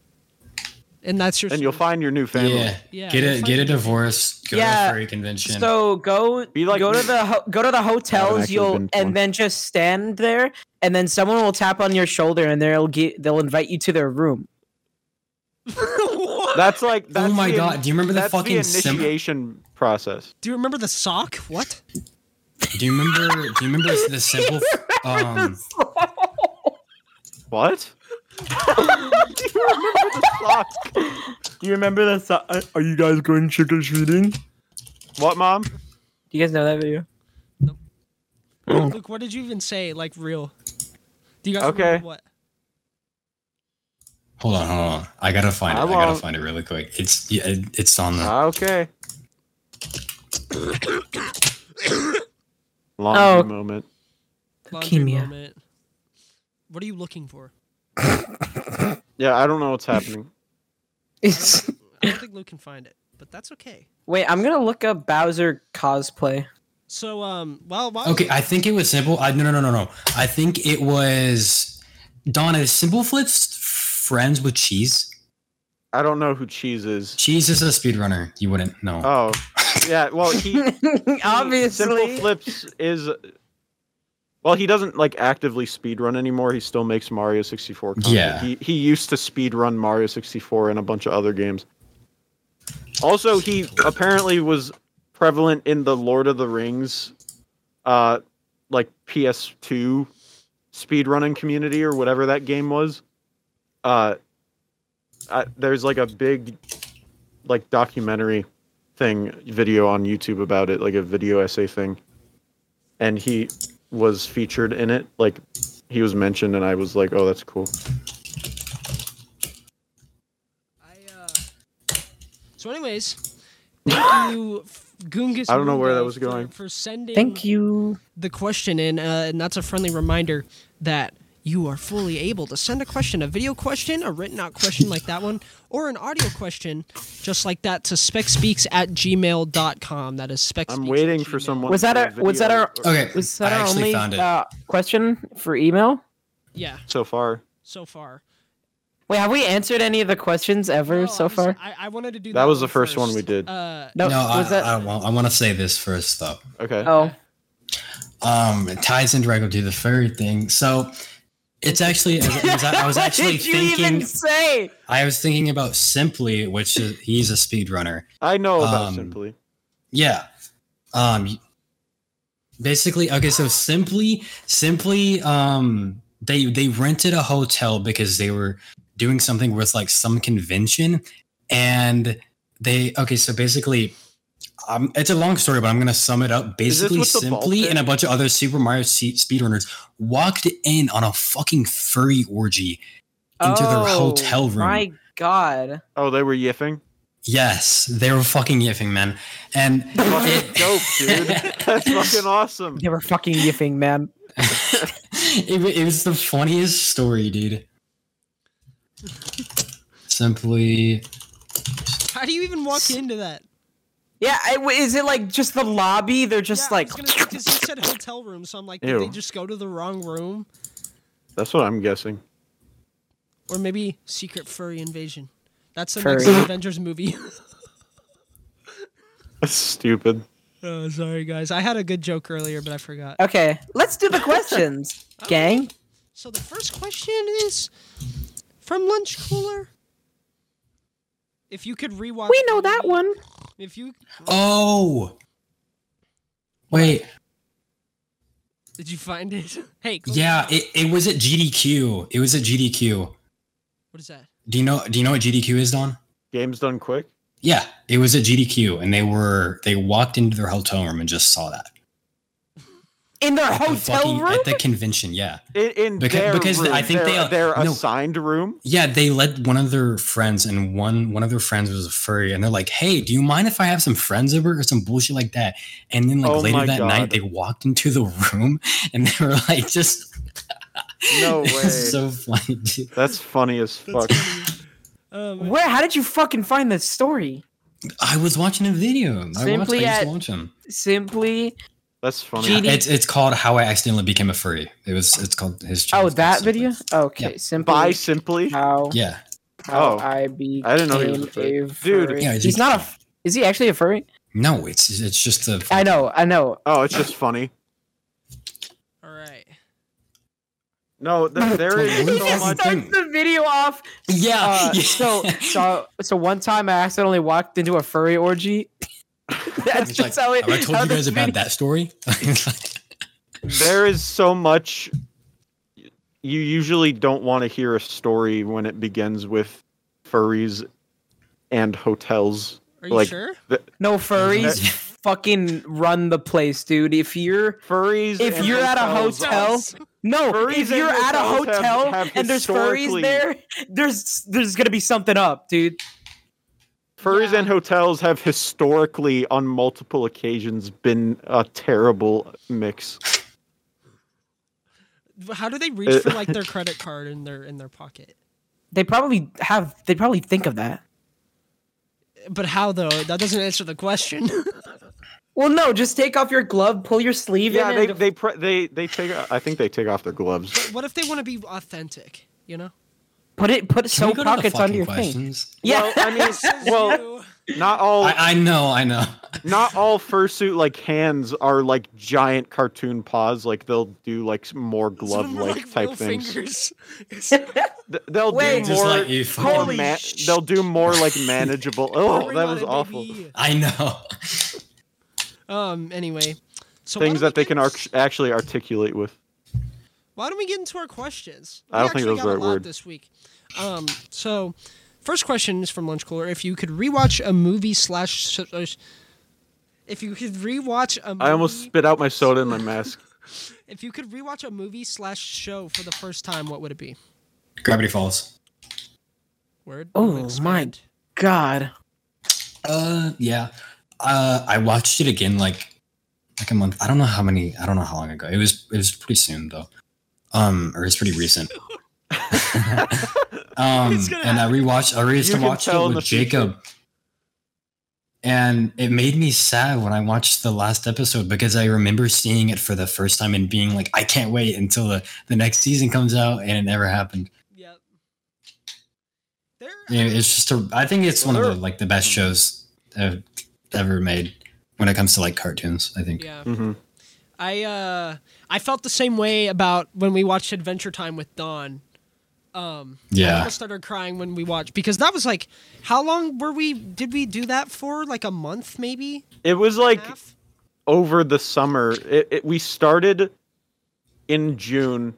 Speaker 2: and that's your.
Speaker 3: and you'll find your new family
Speaker 4: Yeah.
Speaker 2: Yeah,
Speaker 4: Get
Speaker 2: we'll
Speaker 4: a
Speaker 2: find
Speaker 4: get a
Speaker 2: it.
Speaker 4: divorce. Go to
Speaker 1: Yeah,
Speaker 4: a furry convention.
Speaker 1: So go
Speaker 3: Be like
Speaker 1: go to
Speaker 3: me.
Speaker 1: the ho- go to the hotels.
Speaker 3: actually
Speaker 1: You'll
Speaker 3: been to one.
Speaker 1: and then just stand there, and then someone will tap on your shoulder, and they'll get they'll invite you to their room.
Speaker 2: What?
Speaker 3: that's like that's
Speaker 4: oh my
Speaker 3: the-
Speaker 4: god. Do you remember the
Speaker 3: that's
Speaker 4: fucking
Speaker 3: the
Speaker 4: sim-
Speaker 3: initiation process
Speaker 2: Do you remember the sock? What?
Speaker 4: Do you remember do you remember
Speaker 3: [laughs]
Speaker 4: the simple um
Speaker 3: What? Do you remember the sock?
Speaker 6: Do you remember the? So- uh, are you guys going trick or treating?
Speaker 3: What, mom?
Speaker 1: Do you guys know that [laughs] video?
Speaker 2: Luke, what did you even say? Like real? Do you guys
Speaker 3: Okay.
Speaker 2: remember what?
Speaker 4: Hold on, hold on. I gotta find it.
Speaker 3: I
Speaker 4: I gotta
Speaker 3: won't.
Speaker 4: find it really quick. It's yeah, it- it's on
Speaker 1: Uh,
Speaker 4: the
Speaker 3: Okay. Long
Speaker 1: Oh.
Speaker 3: moment.
Speaker 2: Laundry
Speaker 1: Leukemia.
Speaker 2: moment. What are you looking for?
Speaker 3: Yeah, I don't know what's happening.
Speaker 1: It's
Speaker 2: I don't think Luke can find it, but that's okay.
Speaker 1: wait. I'm gonna look up Bowser [laughs] cosplay.
Speaker 2: So um, well, while
Speaker 4: Okay, I think it was simple. I, no, no, no, no, no. I think it was Donna. Is Simple Flip's friends with Cheese?
Speaker 3: I don't know who Cheese is.
Speaker 4: Cheese is a speedrunner. You wouldn't know.
Speaker 1: Uh,
Speaker 3: Oh, yeah. Well, he he- Simple
Speaker 1: [laughs] Obviously,
Speaker 3: Flips is. Well, he doesn't like actively speedrun anymore. He still makes Mario 64. Content.
Speaker 4: Yeah.
Speaker 3: He he used to speedrun Mario 64 and a bunch of other games. Also, he apparently was prevalent in the Lord of the Rings uh like PS2 speedrunning community or whatever that game was. Uh I, there's like a big like documentary thing video on YouTube about it, like a video essay thing. And he was featured in it, like he was mentioned and I was like, "Oh, that's cool."
Speaker 2: I, uh... So,
Speaker 3: [laughs]
Speaker 2: anyways, thank you, F- Goongus.
Speaker 3: I don't know where
Speaker 2: Moonga,
Speaker 3: that was
Speaker 2: for-
Speaker 3: going.
Speaker 2: For, sending
Speaker 1: thank you.
Speaker 2: the question in, uh, and that's a friendly reminder that you are fully able to send a question, a video question, a written out question like that one, or an audio question just like that to specspeaks at gmail.com. That is specspeaks.
Speaker 3: I'm
Speaker 2: at
Speaker 3: waiting for
Speaker 2: gmail.
Speaker 3: someone.
Speaker 1: Was that
Speaker 3: for a
Speaker 1: our- was that
Speaker 3: video
Speaker 1: our-
Speaker 4: Okay,
Speaker 1: Was
Speaker 4: I
Speaker 1: that our
Speaker 4: actually
Speaker 1: only
Speaker 4: found it.
Speaker 1: uh, question for email?
Speaker 2: Yeah,
Speaker 3: so far?
Speaker 2: so far.
Speaker 1: Wait, have we answered any of the questions ever
Speaker 2: No, I
Speaker 1: so
Speaker 2: was-
Speaker 1: far?
Speaker 2: Oh, I, I wanted to do that.
Speaker 3: That was
Speaker 2: one
Speaker 3: the first one we did.
Speaker 2: Uh,
Speaker 1: No,
Speaker 4: no, I,
Speaker 1: was that?
Speaker 4: I, want, I want to say this first though.
Speaker 3: Okay.
Speaker 1: oh,
Speaker 4: Um, it ties in directly to the furry thing. So it's actually it was-
Speaker 1: [laughs]
Speaker 4: I was actually
Speaker 1: what did you
Speaker 4: thinking.
Speaker 1: even say?
Speaker 4: I was thinking about Simply, which is he's a speedrunner.
Speaker 3: I know about
Speaker 4: Um,
Speaker 3: simply.
Speaker 4: Yeah. Um basically okay, so simply simply um they they rented a hotel because they were doing something with like some convention and they okay, so basically um, it's a long story, but I'm gonna sum it up.
Speaker 3: Is this
Speaker 4: Basically,
Speaker 3: with the
Speaker 4: simply
Speaker 3: Baltic?
Speaker 4: and a bunch of other Super Mario se- speedrunners walked in on a fucking furry orgy into their
Speaker 1: Oh,
Speaker 4: hotel room.
Speaker 1: My God.
Speaker 3: Oh, they were yiffing.
Speaker 4: Yes, they were fucking yiffing, man. And
Speaker 3: Fucking
Speaker 4: [laughs] it,
Speaker 3: dope, dude. That's fucking awesome.
Speaker 1: They were fucking yiffing, man.
Speaker 4: [laughs] it, wa- it was the funniest story, dude. Simply,
Speaker 2: How do you even walk into that?
Speaker 1: Yeah, I, w- is it like just the lobby? They're just
Speaker 2: Yeah,
Speaker 1: like,
Speaker 2: I was gonna say, 'cause you said hotel room, so I'm like, did they
Speaker 3: Ew.
Speaker 2: just go to the wrong room,
Speaker 3: That's what I'm guessing.
Speaker 2: or maybe secret furry invasion? That's the
Speaker 1: Furry.
Speaker 2: next [laughs] Avengers movie.
Speaker 3: That's stupid.
Speaker 2: oh, sorry guys, I had a good joke earlier, but I forgot.
Speaker 1: okay, let's do the questions, gang.
Speaker 2: So the first question is from Lunch Cooler. If you could rewatch,
Speaker 1: We know that one.
Speaker 2: If you
Speaker 4: oh, wait,
Speaker 2: Did you find it? [laughs] Hey, click-
Speaker 4: Yeah, it, it was at GDQ. It was at GDQ.
Speaker 2: What is that?
Speaker 4: Do you know do you know what GDQ is, Don?
Speaker 3: Game's done quick.
Speaker 4: Yeah, it was at GDQ and they were they walked into their hotel room and just saw that.
Speaker 1: in their
Speaker 4: The
Speaker 1: hotel
Speaker 4: fucking-
Speaker 1: room.
Speaker 4: at the convention, yeah.
Speaker 3: In, in
Speaker 4: Beca-
Speaker 3: their
Speaker 4: because
Speaker 3: room,
Speaker 4: I think
Speaker 3: their,
Speaker 4: they are-
Speaker 3: their
Speaker 4: no.
Speaker 3: assigned room.
Speaker 4: Yeah, they led one of their friends, and one one of their friends was a furry, and they're like, "Hey, do you mind if I have some friends over or some bullshit like that?" And then like
Speaker 3: Oh
Speaker 4: later
Speaker 3: my
Speaker 4: that
Speaker 3: God.
Speaker 4: night, they walked into the room, [laughs] and they were like, "Just [laughs]
Speaker 3: No
Speaker 4: It's
Speaker 3: way.
Speaker 4: so funny." dude.
Speaker 3: That's funny as fuck.
Speaker 2: Um,
Speaker 1: Where? How did you fucking find this story?
Speaker 4: I was watching a video. I watched. I
Speaker 1: Simply
Speaker 4: used
Speaker 1: at-
Speaker 4: to watch them.
Speaker 1: Simply.
Speaker 3: That's funny.
Speaker 1: GD
Speaker 4: It's it's called "How I Accidentally Became a Furry." It was it's called his.
Speaker 1: Oh,
Speaker 4: channel's
Speaker 1: that
Speaker 4: called Simply.
Speaker 1: video. Okay, simply.
Speaker 3: Buy simply.
Speaker 1: how
Speaker 4: Yeah,
Speaker 1: how
Speaker 3: Oh.
Speaker 1: I became
Speaker 3: I didn't know he was a furry.
Speaker 1: a
Speaker 3: Dude.
Speaker 1: furry.
Speaker 4: Yeah,
Speaker 1: he's
Speaker 4: he's-
Speaker 1: not a. f- Is he actually a furry?
Speaker 4: no, it's it's just a.
Speaker 1: I know. I know.
Speaker 3: Oh, it's just funny.
Speaker 2: all right.
Speaker 3: No,
Speaker 4: [laughs]
Speaker 3: th- there
Speaker 1: He
Speaker 4: He
Speaker 3: is
Speaker 4: He's
Speaker 3: so
Speaker 1: just
Speaker 4: just
Speaker 3: much.
Speaker 4: starts
Speaker 1: starts
Speaker 4: thing.
Speaker 1: the video off.
Speaker 4: [laughs] Yeah.
Speaker 1: Uh,
Speaker 4: yeah.
Speaker 1: so, so, so one time I accidentally walked into a furry orgy. [laughs] That's [laughs]
Speaker 4: It's
Speaker 1: just
Speaker 4: like,
Speaker 1: how it.
Speaker 4: have I
Speaker 1: how
Speaker 4: told
Speaker 1: this
Speaker 4: you guys about
Speaker 1: video-
Speaker 4: that story? [laughs]
Speaker 3: There is so much. You usually don't want to hear a story when it begins with furries and hotels.
Speaker 2: Are you
Speaker 3: Like-
Speaker 2: sure?
Speaker 1: No furries,
Speaker 4: Yeah.
Speaker 1: fucking run the place, dude. If you're
Speaker 3: Furries.
Speaker 1: If
Speaker 3: and
Speaker 1: you're at a
Speaker 3: hotels are-
Speaker 1: hotel- no,
Speaker 3: Furries
Speaker 1: if you're
Speaker 3: and
Speaker 1: at a
Speaker 3: hotels have-
Speaker 1: hotel
Speaker 3: have
Speaker 1: and there's furries
Speaker 3: historically-
Speaker 1: there, there's there's gonna be something up, dude.
Speaker 3: Furries
Speaker 2: Yeah.
Speaker 3: and hotels have historically, on multiple occasions, been a terrible mix.
Speaker 2: How do they
Speaker 3: uh,
Speaker 2: reach for
Speaker 3: [laughs]
Speaker 2: like their credit card in their in their pocket?
Speaker 1: They probably have. They probably think of that.
Speaker 2: But how though? That doesn't answer the question. [laughs]
Speaker 1: Well, no, just take off your glove, pull your sleeve
Speaker 3: Yeah,
Speaker 1: in.
Speaker 3: they
Speaker 1: and-
Speaker 3: they pre- they they take. I think they take off their gloves.
Speaker 2: what if they want to be authentic? You know.
Speaker 1: put it put
Speaker 4: Can
Speaker 1: so
Speaker 4: we go to the
Speaker 1: pockets on
Speaker 4: fucking
Speaker 1: your thing.
Speaker 4: questions?
Speaker 1: Yeah,
Speaker 3: Well, I mean, well,
Speaker 1: [laughs]
Speaker 3: not all
Speaker 4: I, I know, I know. [laughs]
Speaker 3: not all fursuit like hands are like giant cartoon paws. Like they'll do like more glove like type things.
Speaker 2: fingers.
Speaker 1: [laughs]
Speaker 3: Th- They'll
Speaker 1: Wait.
Speaker 3: do
Speaker 4: Just
Speaker 3: more.
Speaker 4: like
Speaker 3: more
Speaker 4: you fucking-
Speaker 3: ma- they'll do more like manageable. Oh, that was awful.
Speaker 4: I know.
Speaker 2: Um. Anyway, so why
Speaker 3: Things
Speaker 2: don't
Speaker 3: that
Speaker 2: we
Speaker 3: they
Speaker 2: get
Speaker 3: can
Speaker 2: into-
Speaker 3: arch- actually articulate with.
Speaker 2: Why don't we get into our questions? We
Speaker 3: I don't think
Speaker 2: actually
Speaker 3: those
Speaker 2: got
Speaker 3: are
Speaker 2: a
Speaker 3: right
Speaker 2: lot
Speaker 3: word.
Speaker 2: this week. Um, so, first question is from Lunch Cooler. If you could rewatch a movie slash, if you could rewatch a movie,
Speaker 3: I almost spit out my soda in my mask.
Speaker 2: if you could rewatch a movie slash show for the first time, what would it be?
Speaker 4: Gravity Falls.
Speaker 2: Word.
Speaker 1: Oh,
Speaker 2: Links,
Speaker 1: my
Speaker 2: friend.
Speaker 1: God.
Speaker 4: Uh, yeah. Uh, I watched it again like like a month. I don't know how many. I don't know how long ago. It was it was pretty soon though. Um, or it's
Speaker 3: [laughs]
Speaker 4: pretty recent. um,
Speaker 2: It's gonna
Speaker 4: and I rewatched. I
Speaker 3: You
Speaker 4: rewatched
Speaker 3: can
Speaker 4: watched
Speaker 3: tell in
Speaker 4: it
Speaker 3: the
Speaker 4: with
Speaker 3: future.
Speaker 4: Jacob. And it made me sad when I watched the last episode because I remember seeing it for the first time and being like, I can't wait until the, the next season comes out, and it never happened.
Speaker 2: Yep. There.
Speaker 4: Yeah, it's just a. I think it's one of the
Speaker 3: Well,
Speaker 4: like the best shows uh, ever made when it comes to like cartoons. I think.
Speaker 2: Yeah.
Speaker 3: hmm
Speaker 2: I uh, I felt the same way about when we watched Adventure Time with Dawn. Um, I
Speaker 4: Yeah.
Speaker 2: almost started crying when we watched because that was like, how long were we? Did we do that for like a month, maybe?
Speaker 3: It was like
Speaker 2: Half?
Speaker 3: over the summer. It, it, we started in June,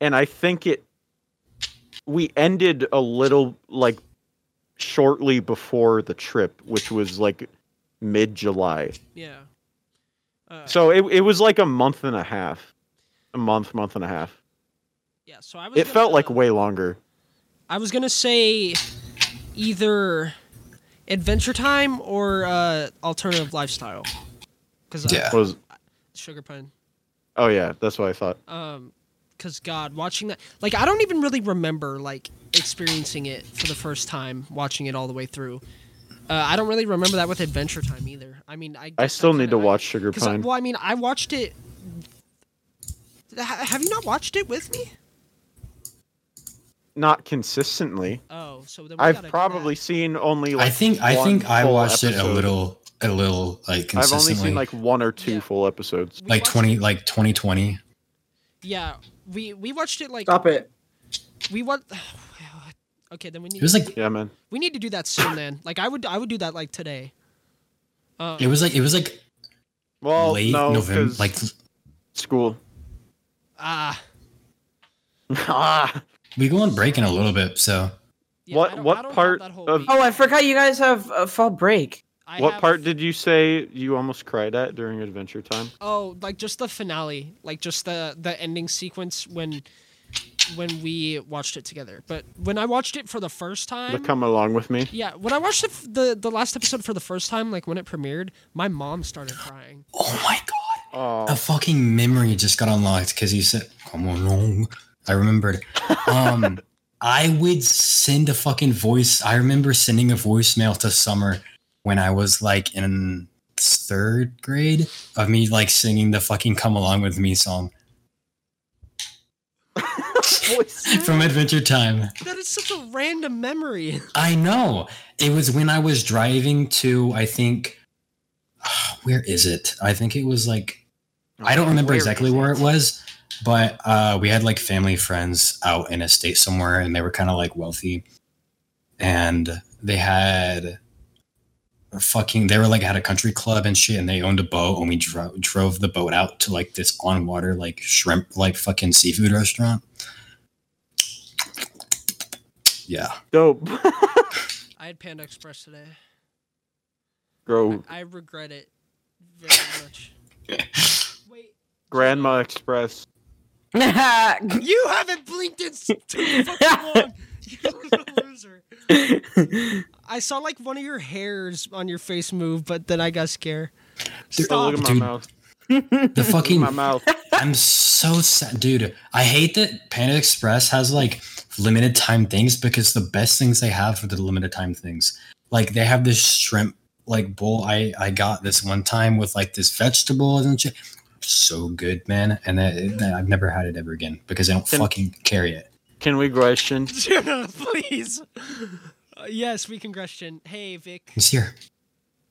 Speaker 3: and I think it we ended a little like shortly before the trip, which was like mid July.
Speaker 2: Yeah. Uh,
Speaker 3: So it it was like a month and a half, a month, month and a half.
Speaker 2: yeah, so I was.
Speaker 3: It
Speaker 2: gonna-
Speaker 3: felt like way longer.
Speaker 2: I was gonna say, either Adventure Time or uh, alternative lifestyle, because
Speaker 4: Yeah.
Speaker 3: Was
Speaker 2: sugar pine.
Speaker 3: oh yeah, that's what I thought.
Speaker 2: um because god watching that like i don't even really remember like experiencing it for the first time watching it all the way through uh, i don't really remember that with adventure time either i mean i,
Speaker 3: I
Speaker 2: guess
Speaker 3: still need
Speaker 2: kinda-
Speaker 3: to watch Sugar
Speaker 2: 'cause I-
Speaker 3: Pine.
Speaker 2: well i mean i watched it Ha- have you not watched it with me
Speaker 3: Not consistently.
Speaker 2: oh so then we
Speaker 3: I've
Speaker 2: gotta do
Speaker 3: probably
Speaker 2: that.
Speaker 3: seen only. Like
Speaker 4: I think. I
Speaker 3: one
Speaker 4: think I
Speaker 3: full
Speaker 4: watched it a
Speaker 3: episode.
Speaker 4: little. A little like
Speaker 3: I've only
Speaker 4: consistently.
Speaker 3: seen like one or two
Speaker 2: Yeah.
Speaker 3: full episodes.
Speaker 2: We
Speaker 4: like
Speaker 2: watched-
Speaker 4: twenty. Like twenty twenty.
Speaker 2: yeah we we watched it like
Speaker 1: it.
Speaker 2: we what [sighs] okay then we need
Speaker 4: It was like.
Speaker 3: Yeah, man.
Speaker 2: we need to do that soon then like i would i would do that like today um,
Speaker 4: It was like. It was like
Speaker 3: Well,
Speaker 4: late
Speaker 3: no,
Speaker 4: November.
Speaker 3: 'cause
Speaker 4: Like
Speaker 3: School. [laughs]
Speaker 2: Ah.
Speaker 3: ah.
Speaker 4: We go on break in a little bit, so
Speaker 2: yeah,
Speaker 3: What-
Speaker 2: I don't-
Speaker 3: what
Speaker 2: I don't have
Speaker 3: part
Speaker 2: that whole
Speaker 3: of-
Speaker 2: week.
Speaker 1: Oh, I forgot you guys have uh, fall
Speaker 3: [laughs]
Speaker 1: break.
Speaker 2: I
Speaker 3: what
Speaker 2: have-
Speaker 3: part did you say you almost cried at during Adventure Time?
Speaker 2: Oh, like just the finale, like just the the ending sequence when when we watched it together. But when I watched it for the first
Speaker 3: The
Speaker 2: time,
Speaker 3: come along with me.
Speaker 2: yeah, when I watched the, f- the the last episode for the first time, like when it premiered, my mom started crying.
Speaker 4: Oh my god!
Speaker 3: Oh,
Speaker 4: A fucking memory just got unlocked because you said "come along." I remembered. Um, I would send a fucking voice. I remember sending a voicemail to Summer when I was like in third grade of me like singing the fucking "Come Along with Me" song [laughs] from Adventure Time.
Speaker 2: That is such a random memory. [laughs]
Speaker 4: I know. It was when I was driving to, I think, [sighs] where is it? I think it was like, I don't remember exactly where it was, but uh, we had like family friends out in a state somewhere and they were kind of like wealthy. And they had a fucking, they were like, had a country club and shit and they owned a boat and we dro- drove the boat out to like this on water, like shrimp, like fucking seafood restaurant. Yeah.
Speaker 3: dope. [laughs]
Speaker 2: I had Panda Express today.
Speaker 3: Grow
Speaker 2: I regret it very
Speaker 3: [laughs]
Speaker 2: much. Wait,
Speaker 3: Grandma Express.
Speaker 1: I
Speaker 2: you haven't blinked in s- too fucking
Speaker 3: [laughs]
Speaker 2: long. [laughs] You're a loser. I saw like one of your hairs on your face move, but then I got scared. [laughs]
Speaker 3: Oh,
Speaker 2: Stop.
Speaker 3: look at my
Speaker 4: Dude.
Speaker 3: mouth.
Speaker 4: The fucking
Speaker 3: My mouth.
Speaker 4: I'm so sad, dude. I hate that Panda Express has like limited time things because the best things they have for the limited time things, like they have this shrimp like bowl I I got this one time with like this vegetable and shit. So good, man. And that, that- I've never had it ever again because they don't
Speaker 3: Then-
Speaker 4: fucking carry it.
Speaker 3: Can we question?
Speaker 2: Jenna, please. Uh, yes, we can question. Hey, Vic.
Speaker 4: It's here.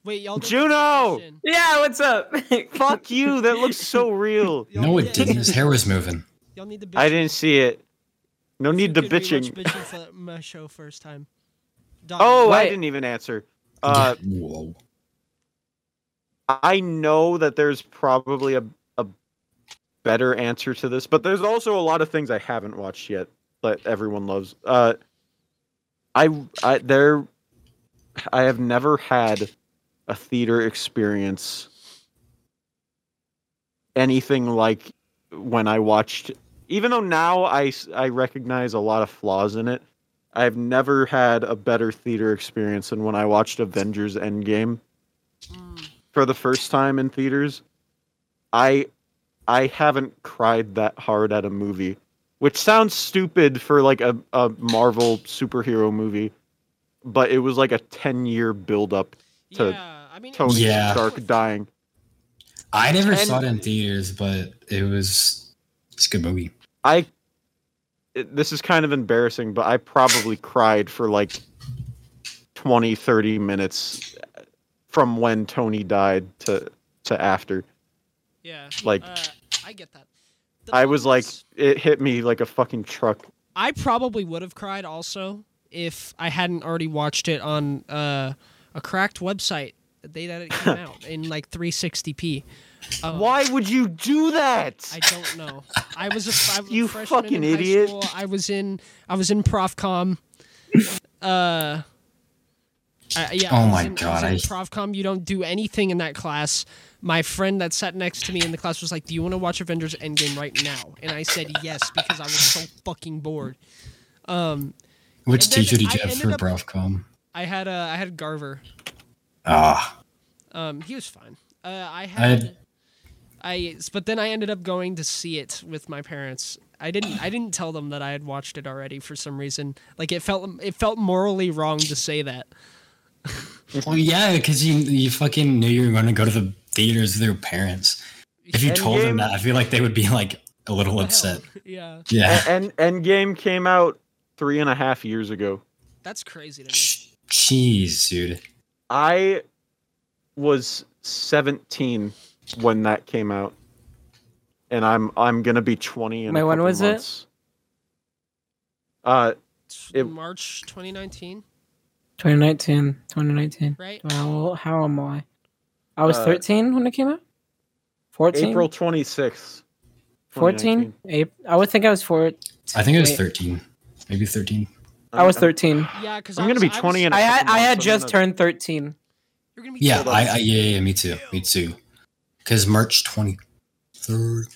Speaker 2: Wait, y'all. didn't
Speaker 3: Juno!
Speaker 2: question.
Speaker 1: yeah, what's up?
Speaker 3: [laughs]
Speaker 1: [laughs]
Speaker 3: Fuck you. That looks so real.
Speaker 2: Y'all
Speaker 4: No,
Speaker 2: need
Speaker 4: it
Speaker 2: to- [laughs]
Speaker 4: didn't. His hair was moving.
Speaker 2: Y'all need to. Bitch.
Speaker 3: I didn't see it. No need to
Speaker 2: You could rewatch
Speaker 3: bitching.
Speaker 2: bitching for my show first time. Dog,
Speaker 3: Oh, I
Speaker 1: Wait.
Speaker 3: didn't even answer. Uh,
Speaker 4: Yeah, Whoa.
Speaker 3: I know that there's probably a, a better answer to this, but there's also a lot of things I haven't watched yet that everyone loves. Uh, I, I there, I have never had a theater experience anything like when I watched. Even though now I s- I recognize a lot of flaws in it, I've never had a better theater experience than when I watched Avengers Endgame
Speaker 2: Mm.
Speaker 3: for the first time in theaters, I I haven't cried that hard at a movie, which sounds stupid for like a, a Marvel superhero movie, but it was like a 10 year build up to
Speaker 2: yeah, I mean, it was-
Speaker 3: Tony
Speaker 4: Yeah.
Speaker 3: Stark dying.
Speaker 4: I never
Speaker 3: And-
Speaker 4: saw it in theaters, but it was it's a good movie.
Speaker 3: I it- this is kind of embarrassing, but I probably cried for like 20 30 minutes from when Tony died to to after.
Speaker 2: Yeah.
Speaker 3: Like-
Speaker 2: uh, I get that. The
Speaker 3: I
Speaker 2: thing
Speaker 3: was like
Speaker 2: is,
Speaker 3: it hit me like a fucking truck.
Speaker 2: I probably would have cried also if I hadn't already watched it on uh, a cracked website the day that it
Speaker 3: [laughs]
Speaker 2: came out in like 360p. Um,
Speaker 3: Why would you do that?
Speaker 2: I don't know. I was a I was a
Speaker 3: You
Speaker 2: freshman in
Speaker 3: fucking
Speaker 2: high
Speaker 3: idiot.
Speaker 2: School. I was in I was in prof com. Uh, I, yeah. I
Speaker 4: Oh
Speaker 2: was
Speaker 4: my
Speaker 2: in-
Speaker 4: God,
Speaker 2: I
Speaker 4: I-
Speaker 2: was in prof com. You don't do anything in that class. My friend that sat next to me in the class was like, "Do you want to watch Avengers Endgame right now?" And I said yes because I was so fucking bored. Um,
Speaker 4: Which
Speaker 2: And then
Speaker 4: teacher did
Speaker 2: I
Speaker 4: you have
Speaker 2: ended
Speaker 4: for
Speaker 2: up-
Speaker 4: Brofcom?
Speaker 2: I had uh, I had Garver.
Speaker 4: Ah.
Speaker 2: Um, he was fine. Uh, I
Speaker 4: I had-
Speaker 2: had, I, but then I ended up going to see it with my parents. I didn't, I didn't tell them that I had watched it already for some reason. Like it felt, it felt morally wrong to say that.
Speaker 4: Well, yeah, because you you fucking knew you were going to go to the theaters with your parents. If you told them
Speaker 3: Endgame-
Speaker 4: that, I feel like they would be like a little
Speaker 2: What the hell?
Speaker 4: upset.
Speaker 2: Yeah,
Speaker 4: Yeah,
Speaker 3: and Endgame came out three and a half years ago.
Speaker 2: that's crazy to me.
Speaker 4: Ch- jeez, dude.
Speaker 3: I was 17 when that came out, and I'm I'm gonna be 20 in.
Speaker 1: Wait,
Speaker 3: a
Speaker 1: when
Speaker 3: couple
Speaker 1: was it?
Speaker 3: months. it? Uh, It-
Speaker 2: March 2019,
Speaker 1: 2019, 2019.
Speaker 2: right?
Speaker 1: How old, how am I? I was
Speaker 3: Uh,
Speaker 1: 13 when it came out. 14.
Speaker 3: April 26th.
Speaker 1: 14? Ape- I would think I was 14.
Speaker 4: I think it was
Speaker 1: Wait.
Speaker 4: 13, maybe 13.
Speaker 1: I was 13.
Speaker 2: Yeah, because
Speaker 3: I'm gonna be 20 in a
Speaker 1: I had
Speaker 3: couple
Speaker 1: I had
Speaker 3: months,
Speaker 1: just
Speaker 3: I'm gonna-
Speaker 1: turned 13.
Speaker 2: You're gonna be
Speaker 4: Yeah,
Speaker 3: Hold on.
Speaker 4: I, I yeah, yeah, me too, me too. Because March 23rd,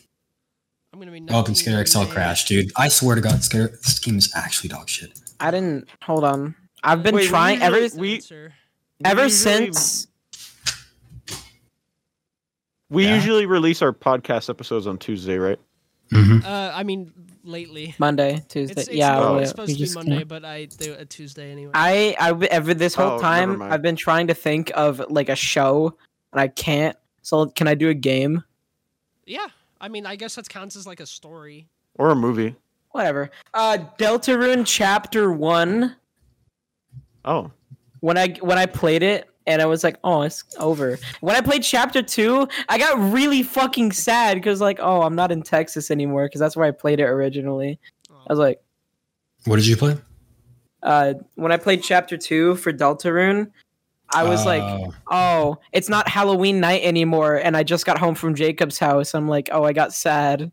Speaker 2: I'm gonna be.
Speaker 4: oh, and
Speaker 2: 19
Speaker 4: Skater XL
Speaker 2: May.
Speaker 4: crashed, dude. I swear to God, Skater, this game is actually dog shit.
Speaker 1: I didn't. Hold on. I've been
Speaker 3: Wait, we
Speaker 1: trying ever
Speaker 3: usually- we-
Speaker 2: Answer.
Speaker 1: ever
Speaker 3: usually-
Speaker 1: since.
Speaker 3: We
Speaker 4: Yeah.
Speaker 3: usually release our podcast episodes on Tuesday, right?
Speaker 4: Mm-hmm.
Speaker 2: Uh, I mean, lately.
Speaker 1: Monday, Tuesday.
Speaker 2: It's, it's
Speaker 1: yeah,
Speaker 3: Oh.
Speaker 2: normally
Speaker 1: we-
Speaker 2: supposed
Speaker 1: we
Speaker 2: to be
Speaker 1: just
Speaker 2: Monday,
Speaker 1: can't.
Speaker 2: but I do it Tuesday anyway.
Speaker 1: I I w- ever this
Speaker 3: Oh,
Speaker 1: whole
Speaker 3: never
Speaker 1: time
Speaker 3: mind.
Speaker 1: I've been trying to think of like a show and I can't. So can I do a game?
Speaker 2: yeah, I mean, I guess that counts as like a story.
Speaker 3: Or a movie.
Speaker 1: Whatever. Uh, Deltarune Chapter One.
Speaker 3: Oh,
Speaker 1: When I when I played it and I was like, oh, it's over. When I played Chapter Two, I got really fucking sad because like, oh, I'm not in Texas anymore because that's where I played it originally.
Speaker 2: Oh.
Speaker 1: I was like.
Speaker 4: What did you play?
Speaker 1: uh, when I played Chapter Two for Deltarune, I was like,
Speaker 4: Oh,
Speaker 1: "Oh, it's not Halloween night anymore," and I just got home from Jacob's house. I'm like, "Oh, I got sad."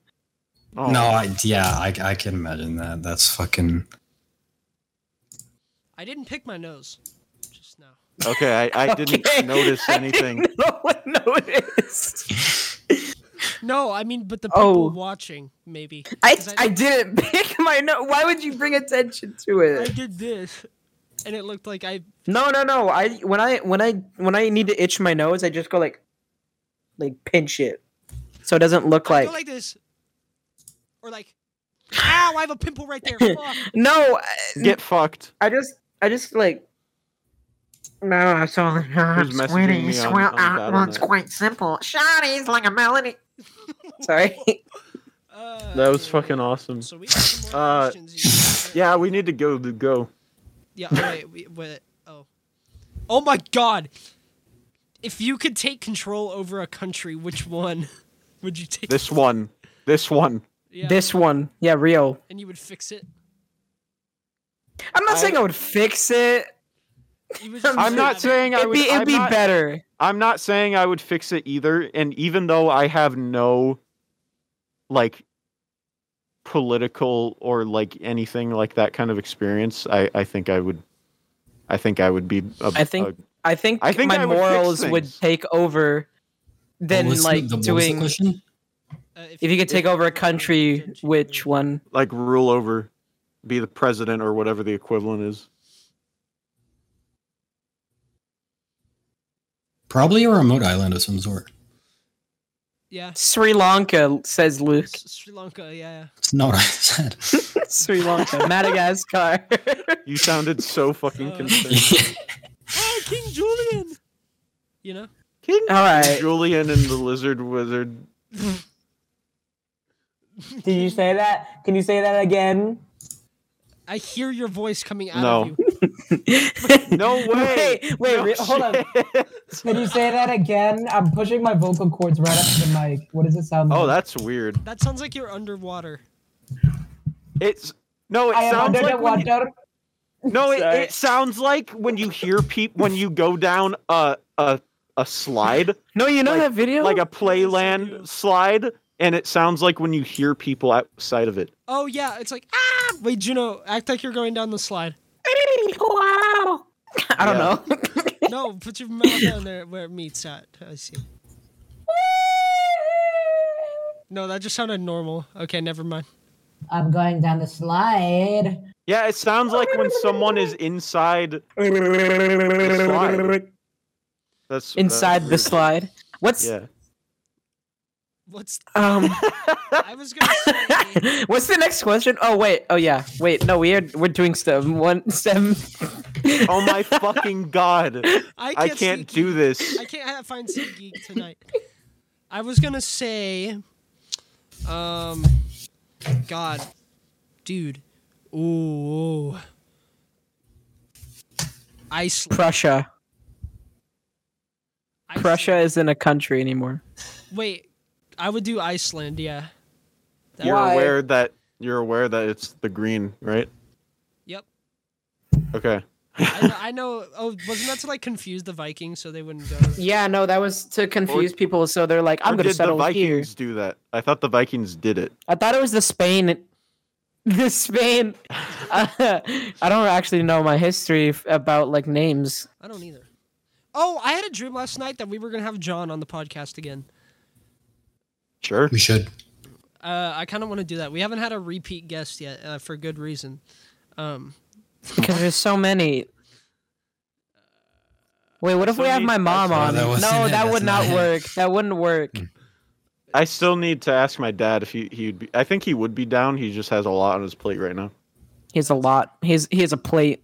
Speaker 3: oh.
Speaker 4: no, I, yeah, I, I can imagine that. That's fucking.
Speaker 2: I didn't pick my nose. Just now.
Speaker 3: Okay,
Speaker 1: [laughs]
Speaker 3: I, I didn't
Speaker 1: Okay.
Speaker 3: notice
Speaker 1: I
Speaker 3: anything.
Speaker 1: didn't know what noticed.
Speaker 2: No, I mean, but the people
Speaker 1: Oh.
Speaker 2: watching maybe.
Speaker 1: I
Speaker 2: 'Cause
Speaker 1: I didn't [laughs] pick my note. Why would you bring attention to
Speaker 2: I
Speaker 1: it?
Speaker 2: did this, and it looked like I.
Speaker 1: No, no, no. I when I when I when I need to itch my nose, I just go like, like pinch it, so it doesn't look
Speaker 2: I
Speaker 1: like.
Speaker 2: go like this, or like, ow! I have a pimple right
Speaker 3: [laughs]
Speaker 2: there. Fuck.
Speaker 1: no, I-
Speaker 3: Get fucked.
Speaker 1: I just, I just like. No, I saw
Speaker 3: Who's messaging me on, on that on that?
Speaker 7: quite simple. Shawty's like a melody.
Speaker 3: [laughs]
Speaker 1: Sorry.
Speaker 2: Uh,
Speaker 3: That was
Speaker 2: okay.
Speaker 3: fucking awesome.
Speaker 2: So we have some more
Speaker 3: Uh,
Speaker 2: questions. you-
Speaker 3: Yeah, we need to go. To go.
Speaker 2: Yeah. Oh, wait. We, wait. Oh. Oh my God! If you could take control over a country, which one [laughs] would you take?
Speaker 3: This one. This one.
Speaker 2: Yeah,
Speaker 1: This one, yeah, real.
Speaker 2: And you would fix it.
Speaker 1: I'm not
Speaker 3: I-
Speaker 1: saying I would fix it.
Speaker 2: You would
Speaker 1: I'm
Speaker 2: just
Speaker 3: I'm not
Speaker 2: have-
Speaker 3: saying I
Speaker 1: It'd
Speaker 3: would.
Speaker 1: be, it'd
Speaker 3: I'm,
Speaker 1: be
Speaker 3: not,
Speaker 1: better.
Speaker 3: I'm not saying I would fix it either. And even though I have no, like, political or like anything like that kind of experience, I I think I would. I think I would be. A,
Speaker 1: I think-
Speaker 3: a-
Speaker 1: I think,
Speaker 3: I think
Speaker 1: my
Speaker 3: I would fix
Speaker 1: morals would
Speaker 3: things.
Speaker 1: take over than
Speaker 4: What was oh, the-
Speaker 1: like
Speaker 4: the- what was the
Speaker 1: doing.
Speaker 4: question?
Speaker 2: Uh,
Speaker 1: If you could take over a country, which one?
Speaker 3: like rule over, be the president or whatever the equivalent is.
Speaker 4: Probably a remote island of some sort.
Speaker 2: Yeah.
Speaker 1: Sri Lanka says Luke. [laughs]
Speaker 2: S- Sri Lanka. Yeah.
Speaker 4: It's not what I [laughs] said.
Speaker 1: Sri
Speaker 3: [laughs]
Speaker 1: Lanka, Madagascar.
Speaker 3: You sounded
Speaker 1: [laughs]
Speaker 3: so fucking
Speaker 2: Uh,
Speaker 3: concerned.
Speaker 2: Oh, King Julian. You know.
Speaker 3: King
Speaker 1: All right.
Speaker 3: Julian and the Lizard Wizard.
Speaker 1: Did you say that? Can you say that [laughs] again?
Speaker 2: I hear your voice coming out
Speaker 3: No.
Speaker 2: of you.
Speaker 3: No way.
Speaker 1: [laughs] Wait, wait,
Speaker 3: No
Speaker 1: re- hold on.
Speaker 3: shit.
Speaker 1: Can you say that again? I'm pushing my vocal cords right up to the mic. What does it sound
Speaker 3: Oh,
Speaker 1: like?
Speaker 3: that's weird.
Speaker 2: That sounds like you're underwater.
Speaker 3: It's no, it
Speaker 1: I am
Speaker 3: sounds
Speaker 1: under
Speaker 3: like
Speaker 1: the
Speaker 3: when you-
Speaker 1: water.
Speaker 3: no, it,
Speaker 1: Sorry.
Speaker 3: it sounds like when you hear people when you go down a a a slide,
Speaker 1: [laughs] No, you know
Speaker 3: like-
Speaker 1: that video? [laughs]
Speaker 3: like a
Speaker 2: Yes, I do.
Speaker 3: playland slide, and it sounds like when you hear people outside of it.
Speaker 2: Oh yeah, it's like ah. Wait, Juno, act like you're going down the slide.
Speaker 1: I don't know.
Speaker 2: No, put your mouth down there where it meets at. I see. No, that just sounded normal. Okay, never mind.
Speaker 7: I'm going down the slide.
Speaker 3: Yeah, it sounds like when someone is inside the slide. That's that's
Speaker 1: Inside the
Speaker 3: weird.
Speaker 1: slide. What's
Speaker 3: Yeah.
Speaker 2: What's
Speaker 1: um
Speaker 2: I was gonna
Speaker 3: [laughs]
Speaker 2: say?
Speaker 1: [laughs] what's the next question? Oh wait, oh yeah. Wait, no, we are we're doing STEM one STEM
Speaker 3: Oh my
Speaker 1: [laughs]
Speaker 3: fucking god.
Speaker 2: I can't,
Speaker 3: I can't
Speaker 2: sneak
Speaker 3: do
Speaker 2: geek.
Speaker 3: this.
Speaker 2: I can't ha- find Sea Geek tonight. I was gonna say, um, God, dude, ooh, Iceland.
Speaker 1: Prussia.
Speaker 2: Iceland.
Speaker 1: Prussia isn't a country anymore.
Speaker 2: Wait, I would do Iceland. Yeah. That-
Speaker 3: You're
Speaker 1: Why?
Speaker 3: aware that you're aware that it's the green, right?
Speaker 2: Yep.
Speaker 3: Okay.
Speaker 2: I know, I know. Oh, wasn't that to like confuse the Vikings so they wouldn't go?
Speaker 1: Yeah, no, that was to confuse people. So they're like, I'm
Speaker 3: Or
Speaker 1: going to
Speaker 3: did the
Speaker 1: settle here.
Speaker 3: Vikings do that? I thought the Vikings did it.
Speaker 1: I thought it was the Spain. The Spain. [laughs] I don't actually know my history f- about like names.
Speaker 2: I don't either. Oh, I had a dream last night that we were gonna have John on the podcast again.
Speaker 3: Sure.
Speaker 4: We should.
Speaker 2: Uh, I kind of want to do that. We haven't had a repeat guest yet uh, for good reason. Um,
Speaker 1: Because there's so many. Wait, what if we have
Speaker 3: Somebody-
Speaker 1: my mom
Speaker 4: Oh,
Speaker 1: on?
Speaker 4: that wasn't
Speaker 1: no,
Speaker 4: it,
Speaker 1: that would
Speaker 4: that's not
Speaker 1: not
Speaker 4: it. Hmm.
Speaker 1: work. That wouldn't work.
Speaker 3: I still need to ask my dad if he he'd be. I think he would be down. He just has a lot on his plate right now.
Speaker 1: He has a lot. He has, he has a plate.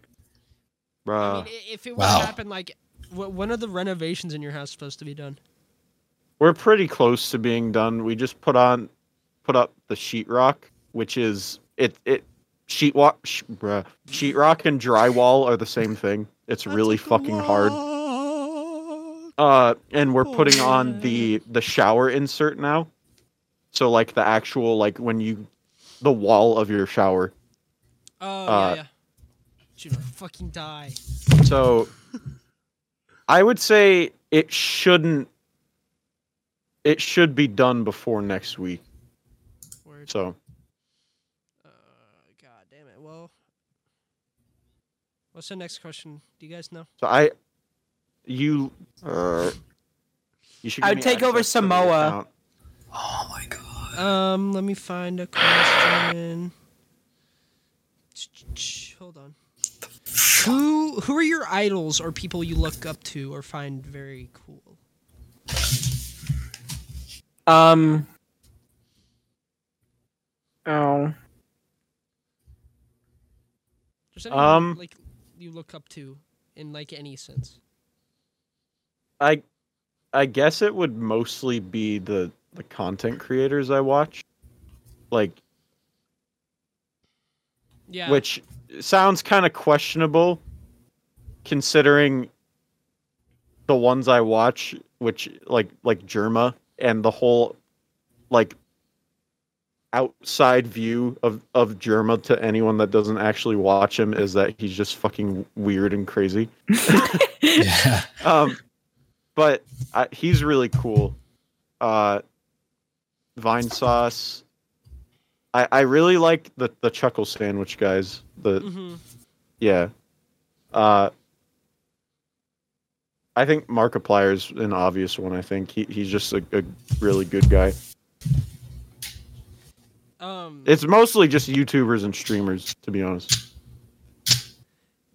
Speaker 2: I
Speaker 3: Bruh.
Speaker 2: mean, i- if it would
Speaker 4: Wow.
Speaker 2: happen, like, wh- when are the renovations in your house supposed to be done?
Speaker 3: We're pretty close to being done. We just put on, put up the sheetrock, which is it it sheet wa- sh- bruh. sheetrock and drywall are the same thing. It's really fucking hard. Uh, and we're putting on the the shower insert now. So like the actual like when you, the wall of your shower.
Speaker 2: Oh
Speaker 3: Uh,
Speaker 2: yeah, yeah. Should fucking die.
Speaker 3: So I would say it shouldn't it should be done before next week.
Speaker 2: Word.
Speaker 3: So
Speaker 2: Uh, God damn it. Well, what's the next question? Do you guys know?
Speaker 3: so I you uh you should give
Speaker 1: I'd
Speaker 3: me
Speaker 1: take over
Speaker 3: access to the
Speaker 1: Samoa.
Speaker 3: account.
Speaker 4: Oh my god.
Speaker 2: Um, let me find a question. Ch-ch-ch, Hold on. Who who are your idols or people you look up to or find very cool?
Speaker 1: Um. Oh.
Speaker 2: There's anyone
Speaker 3: Um,
Speaker 2: like you look up to in like any sense.
Speaker 3: I I guess it would mostly be the the content creators I watch. Like
Speaker 2: Yeah.
Speaker 3: which sounds kind of questionable considering the ones I watch which like like Germa and the whole like outside view of of Germa to anyone that doesn't actually watch him is that he's just fucking weird and crazy
Speaker 4: Yeah.
Speaker 3: um, [laughs] but I, he's really cool. Uh, Vine sauce. I, I really like the, the chuckle sandwich guys. The
Speaker 2: Mhm.
Speaker 3: yeah. Uh, I think Markiplier's an obvious one. I think he, he's just a, a really good guy.
Speaker 2: Um.
Speaker 3: It's mostly just YouTubers and streamers, to be honest.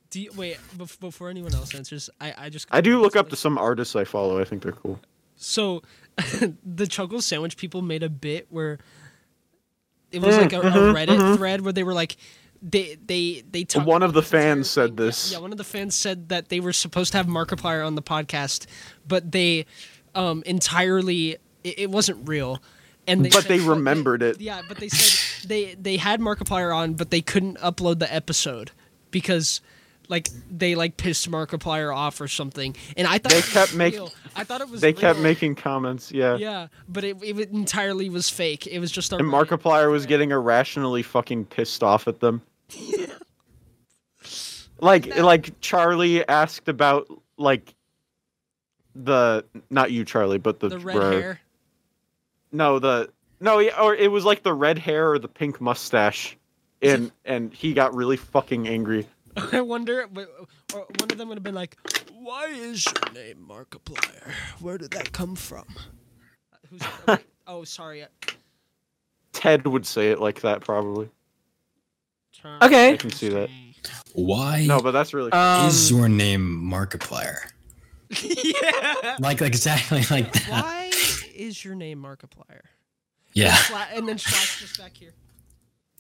Speaker 2: do you, wait bef- before anyone else answers. I I just
Speaker 3: I do look up to some artists I follow. I think they're cool.
Speaker 2: So, [laughs] the Chuckle Sandwich people made a bit where it was like a,
Speaker 3: Mm-hmm,
Speaker 2: a Reddit thread where they were like, they they they talked
Speaker 3: One
Speaker 2: about
Speaker 3: of the
Speaker 2: this entire
Speaker 3: fans said
Speaker 2: thing.
Speaker 3: this.
Speaker 2: Yeah, one of the fans said that they were supposed to have Markiplier on the podcast, but they um entirely it, it wasn't real. And they
Speaker 3: But
Speaker 2: said-
Speaker 3: they remembered it.
Speaker 2: Yeah, but they said they they had Markiplier on, but they couldn't upload the episode because. Like they like pissed Markiplier off or something, and I thought
Speaker 3: They
Speaker 2: it was
Speaker 3: kept make-
Speaker 2: real. I thought it was
Speaker 3: They kept
Speaker 2: real.
Speaker 3: making comments.
Speaker 2: Yeah, but it, it was- entirely was fake. It was just a
Speaker 3: And
Speaker 2: Reddit.
Speaker 3: Markiplier was getting irrationally fucking pissed off
Speaker 2: [laughs]
Speaker 3: at them. like like Charlie asked about like the not you Charlie but the,
Speaker 2: the red
Speaker 3: bruh.
Speaker 2: hair. [laughs]
Speaker 3: No, the no, yeah, or it was like the red hair or the pink mustache. And and he got really fucking angry.
Speaker 2: I wonder, w- or one of them would have been like, "Why is your name Markiplier? Where did that come from?" Uh, Who's, oh,
Speaker 3: [laughs]
Speaker 2: oh, sorry. uh,
Speaker 3: Ted would say it like that probably.
Speaker 2: Turn.
Speaker 3: I
Speaker 1: Okay.
Speaker 3: can see that.
Speaker 4: Why
Speaker 3: No, but that's really
Speaker 2: Uh,
Speaker 1: Um,
Speaker 4: is your name Markiplier?
Speaker 2: [laughs] yeah.
Speaker 4: Like, like exactly like that.
Speaker 2: Why is your name Markiplier?
Speaker 4: Yeah. [laughs]
Speaker 2: Fla- and then Slash just back [laughs] here.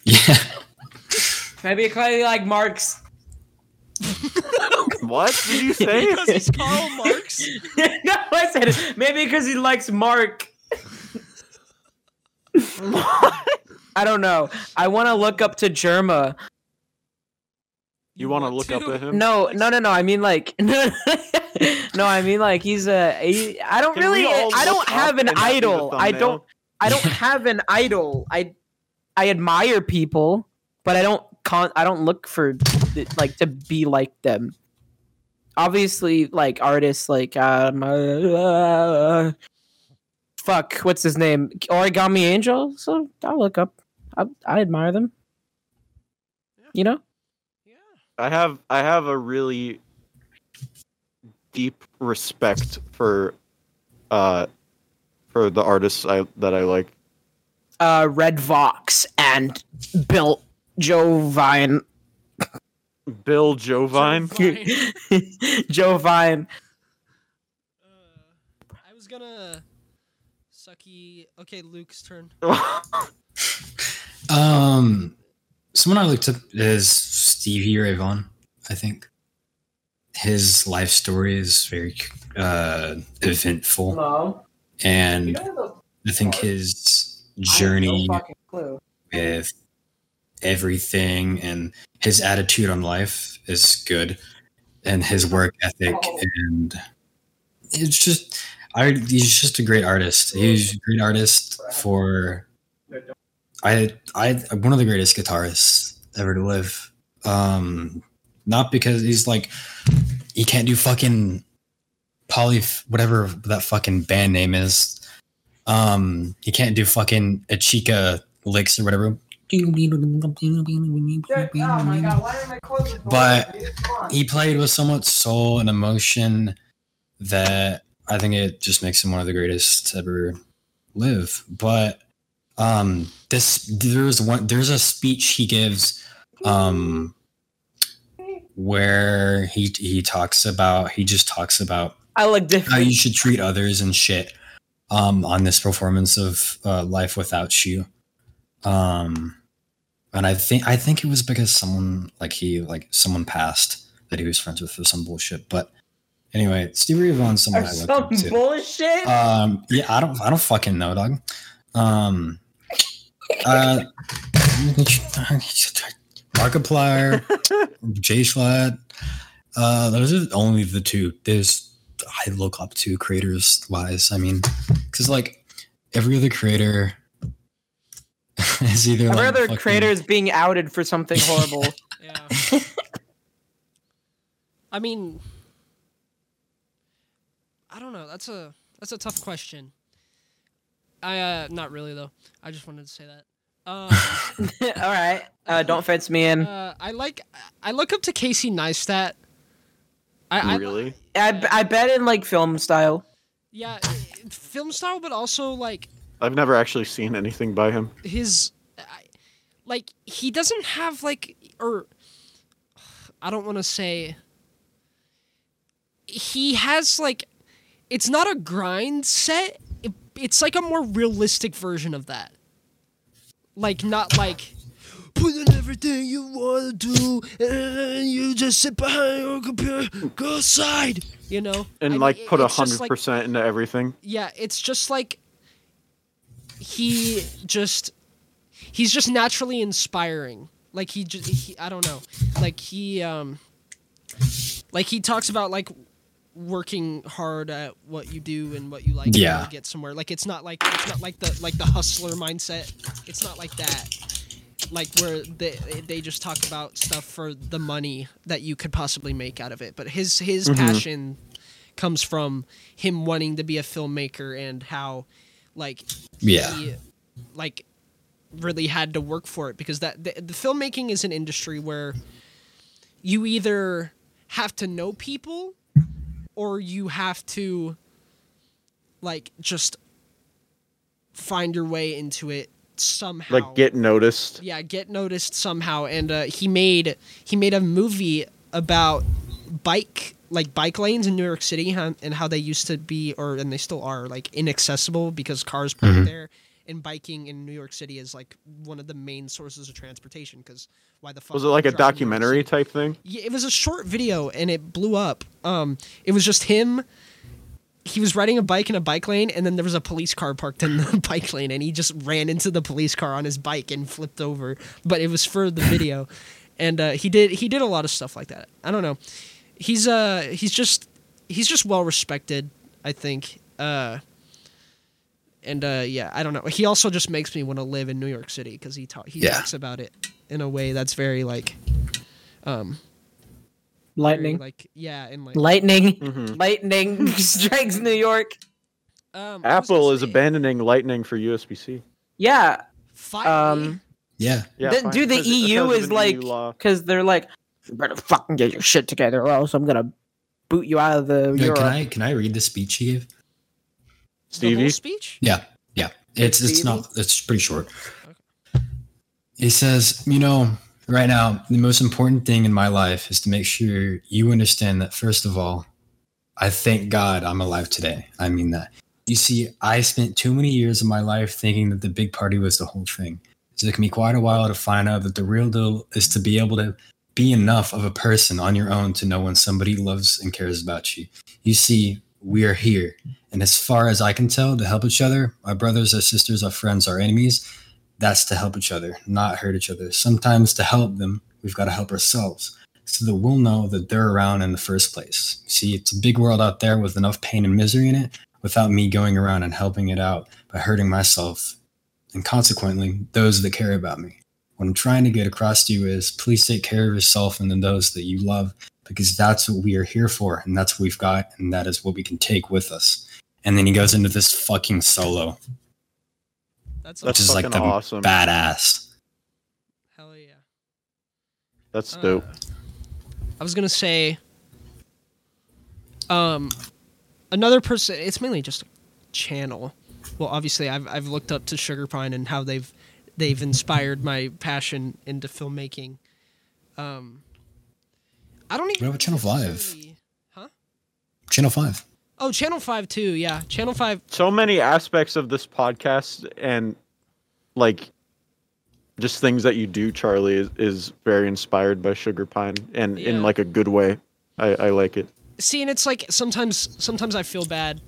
Speaker 4: Yeah.
Speaker 1: Maybe it could be like Mark's.
Speaker 3: [laughs]
Speaker 1: [laughs]
Speaker 3: What did
Speaker 2: [laughs]
Speaker 3: you say?
Speaker 2: Because he's [laughs] Karl Marx.
Speaker 1: no, I said it. Maybe because he likes Mark. [laughs] I don't know. I want to look up to Germa.
Speaker 3: you want to look
Speaker 2: want
Speaker 3: up
Speaker 2: to?
Speaker 3: at him?
Speaker 1: No, no, no, no. I mean like, [laughs] no, I mean like he's a. He, I don't
Speaker 3: Can we
Speaker 1: really.
Speaker 3: all
Speaker 1: I
Speaker 3: look
Speaker 1: don't have
Speaker 3: up
Speaker 1: an
Speaker 3: and have you the
Speaker 1: idol. I don't.
Speaker 3: thumbnail?
Speaker 1: I
Speaker 3: [laughs]
Speaker 1: don't have an idol. I, I admire people, but I don't. Con- I don't look for th- like to be like them. obviously like artists like um, uh, fuck, what's his name? Origami Angel. So I'll look up. I, I admire them. You know,
Speaker 3: I have I have a really deep respect for uh for the artists I that I like.
Speaker 1: uh, Red Vox and Bill Joe [laughs] Vine.
Speaker 3: Bill Jovine.
Speaker 1: Joe Vine.
Speaker 2: Uh, I was gonna sucky. Okay, Luke's turn.
Speaker 4: Um, someone I looked up is Stevie Ray Vaughan. I think his life story is very uh, eventful, and I think his journey with everything and his attitude on life is good, and his work ethic, and it's just. I, he's just a great artist. He's a great artist for I I one of the greatest guitarists ever to live. Um not because he's like he can't do fucking poly whatever that fucking band name is. Um he can't do fucking Achika licks or whatever. But he played with so much soul and emotion that I think it just makes him one of the greatest to ever live. But um this there's one there's a speech he gives um where he he talks about he just talks about
Speaker 1: I look
Speaker 4: how
Speaker 1: different.
Speaker 4: you should treat others and shit um on this performance of uh, life without you um and i think i think it was because someone like he like someone passed that he was friends with or some bullshit but anyway stevie ray vaughan's someone i look up to
Speaker 1: bullshit.
Speaker 4: um yeah i don't i don't fucking know dog um uh markiplier j schlatt uh those are only the two there's i look up to creators wise i mean because like every other creator [laughs] is either
Speaker 1: I'd
Speaker 4: like
Speaker 1: rather
Speaker 4: fucking-
Speaker 1: creators being outed for something
Speaker 8: [laughs]
Speaker 1: horrible.
Speaker 2: [laughs] Yeah. I mean, I don't know. That's a that's a tough question. I uh, not really though. I just wanted to say that. Uh,
Speaker 1: All right, uh, don't fence me in.
Speaker 2: [laughs] uh, I like I look up to Casey Neistat. I, I
Speaker 3: [laughs] really?
Speaker 1: I, I bet in like film style.
Speaker 2: yeah, film style, but also like
Speaker 3: I've never actually seen anything by him.
Speaker 2: his I, like he doesn't have like or I don't want to say he has like it's not a grind set it, it's like a more realistic version of that like not like put in everything you want to do and you just sit behind your computer go outside you know
Speaker 3: And
Speaker 2: I mean,
Speaker 3: like
Speaker 2: it-
Speaker 3: put a
Speaker 2: it's just,
Speaker 3: hundred
Speaker 2: like,
Speaker 3: percent into everything.
Speaker 2: yeah, it's just like he just he's just naturally inspiring. Like he just he, I don't know. Like he um like he talks about like working hard at what you do and what you like to
Speaker 4: Yeah.
Speaker 2: get somewhere. Like it's not like it's not like the like the hustler mindset. It's not like that. Like where they they just talk about stuff for the money that you could possibly make out of it. But his his passion comes from him wanting to be a filmmaker and how like
Speaker 4: yeah
Speaker 2: he like really had to work for it because that the, the filmmaking is an industry where you either have to know people or you have to like just find your way into it somehow
Speaker 3: Like get noticed.
Speaker 2: yeah get noticed somehow and uh, he made he made a movie about bike like bike lanes in new york city huh, and how they used to be or and they still are like inaccessible because cars park there and biking in new york city is like one of the main sources of transportation because why the fuck
Speaker 3: Was it
Speaker 2: would
Speaker 3: like
Speaker 2: you
Speaker 3: a
Speaker 2: drive in New York City?
Speaker 3: documentary type thing?
Speaker 2: Yeah, it was a short video and it blew up. Um, it was just him. He was riding a bike in a bike lane, and then there was a police car parked in the [laughs] bike lane, and he just ran into the police car on his bike and flipped over. But it was for the video, and uh, he did he did a lot of stuff like that. I don't know. He's uh he's just he's just well respected. I think. Uh, and uh, yeah, I don't know. He also just makes me want to live in New York City because he ta- he
Speaker 4: Yeah.
Speaker 2: um, talks about it in a way that's very like
Speaker 1: Lightning.
Speaker 2: Like yeah, and like
Speaker 1: Lightning.
Speaker 3: Mhm.
Speaker 1: [laughs] Lightning strikes New York.
Speaker 2: um, I was
Speaker 3: Apple
Speaker 2: gonna
Speaker 3: is
Speaker 2: say,
Speaker 3: abandoning Lightning for USB C.
Speaker 1: Yeah.
Speaker 2: Finally,
Speaker 1: um,
Speaker 4: Yeah.
Speaker 3: Yeah,
Speaker 1: The-
Speaker 3: fine.
Speaker 1: dude, the
Speaker 3: Because-
Speaker 1: EU
Speaker 3: because
Speaker 1: is
Speaker 3: of an E
Speaker 1: like,
Speaker 3: law.
Speaker 1: because they're like, you better fucking get your shit together, or else I'm gonna boot you out of the
Speaker 4: Yeah,
Speaker 1: Europe.
Speaker 4: can I can I read the speech he gave?
Speaker 2: the whole
Speaker 3: Stevie?
Speaker 2: speech.
Speaker 4: Yeah, yeah. It's it's
Speaker 1: Stevie?
Speaker 4: not it's pretty short. He says, you know, right now the most important thing in my life is to make sure you understand that first of all, I thank God I'm alive today. I mean that. You see, I spent too many years of my life thinking that the big party was the whole thing. It took me quite a while to find out that the real deal is to be able to be enough of a person on your own to know when somebody loves and cares about you. You see, we are here. And as far as I can tell, to help each other, our brothers, our sisters, our friends, our enemies, that's to help each other, not hurt each other. Sometimes to help them, we've got to help ourselves so that we'll know that they're around in the first place. See, it's a big world out there with enough pain and misery in it without me going around and helping it out by hurting myself and consequently those that care about me. What I'm trying to get across to you is please take care of yourself and then those that you love because that's what we are here for and that's what we've got and that is what we can take with us and then he goes into this fucking solo,
Speaker 2: That's,
Speaker 3: That's
Speaker 4: which is like
Speaker 3: fucking
Speaker 4: the
Speaker 3: awesome.
Speaker 4: badass.
Speaker 2: hell yeah.
Speaker 3: That's dope.
Speaker 2: I was gonna say, um, another person. It's mainly just a channel. Well, obviously, I've I've looked up to Sugar Pine and how they've they've inspired my passion into filmmaking. Um, I don't even.
Speaker 4: What about Channel Five?
Speaker 2: necessarily-
Speaker 4: Channel Five.
Speaker 2: Oh, Channel Five too. Yeah, Channel Five.
Speaker 3: so many aspects of this podcast and like just things that you do charlie is, is very inspired by sugar pine and
Speaker 2: Yeah.
Speaker 3: in like a good way i, I like it
Speaker 2: See, and it's like sometimes sometimes I feel bad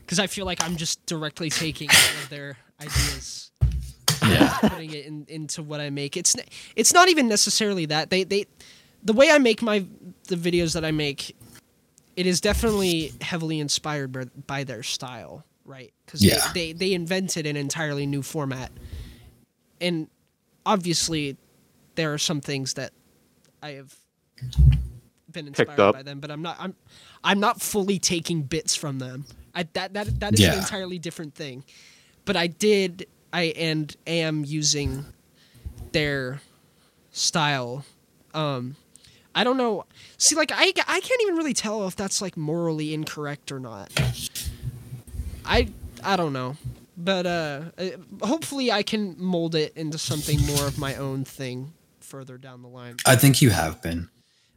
Speaker 2: because I feel like I'm just directly taking all of their ideas.
Speaker 4: Yeah,
Speaker 2: putting it in, into what I make. It's n- it's not even necessarily that they they the way I make my the videos that I make, it is definitely heavily inspired by, by their style, right? Because
Speaker 4: Yeah.
Speaker 2: they, they they invented an entirely new format, and obviously there are some things that I have been inspired
Speaker 3: up.
Speaker 2: by them, but I'm not I'm I'm not fully taking bits from them. I, that that that is an
Speaker 4: Yeah.
Speaker 2: entirely different thing. But I did I and am using their style. Um I don't know. See like I I can't even really tell if that's like morally incorrect or not. I I don't know. But uh uh, hopefully I can mold it into something more of my own thing further down the line.
Speaker 4: I think you have been.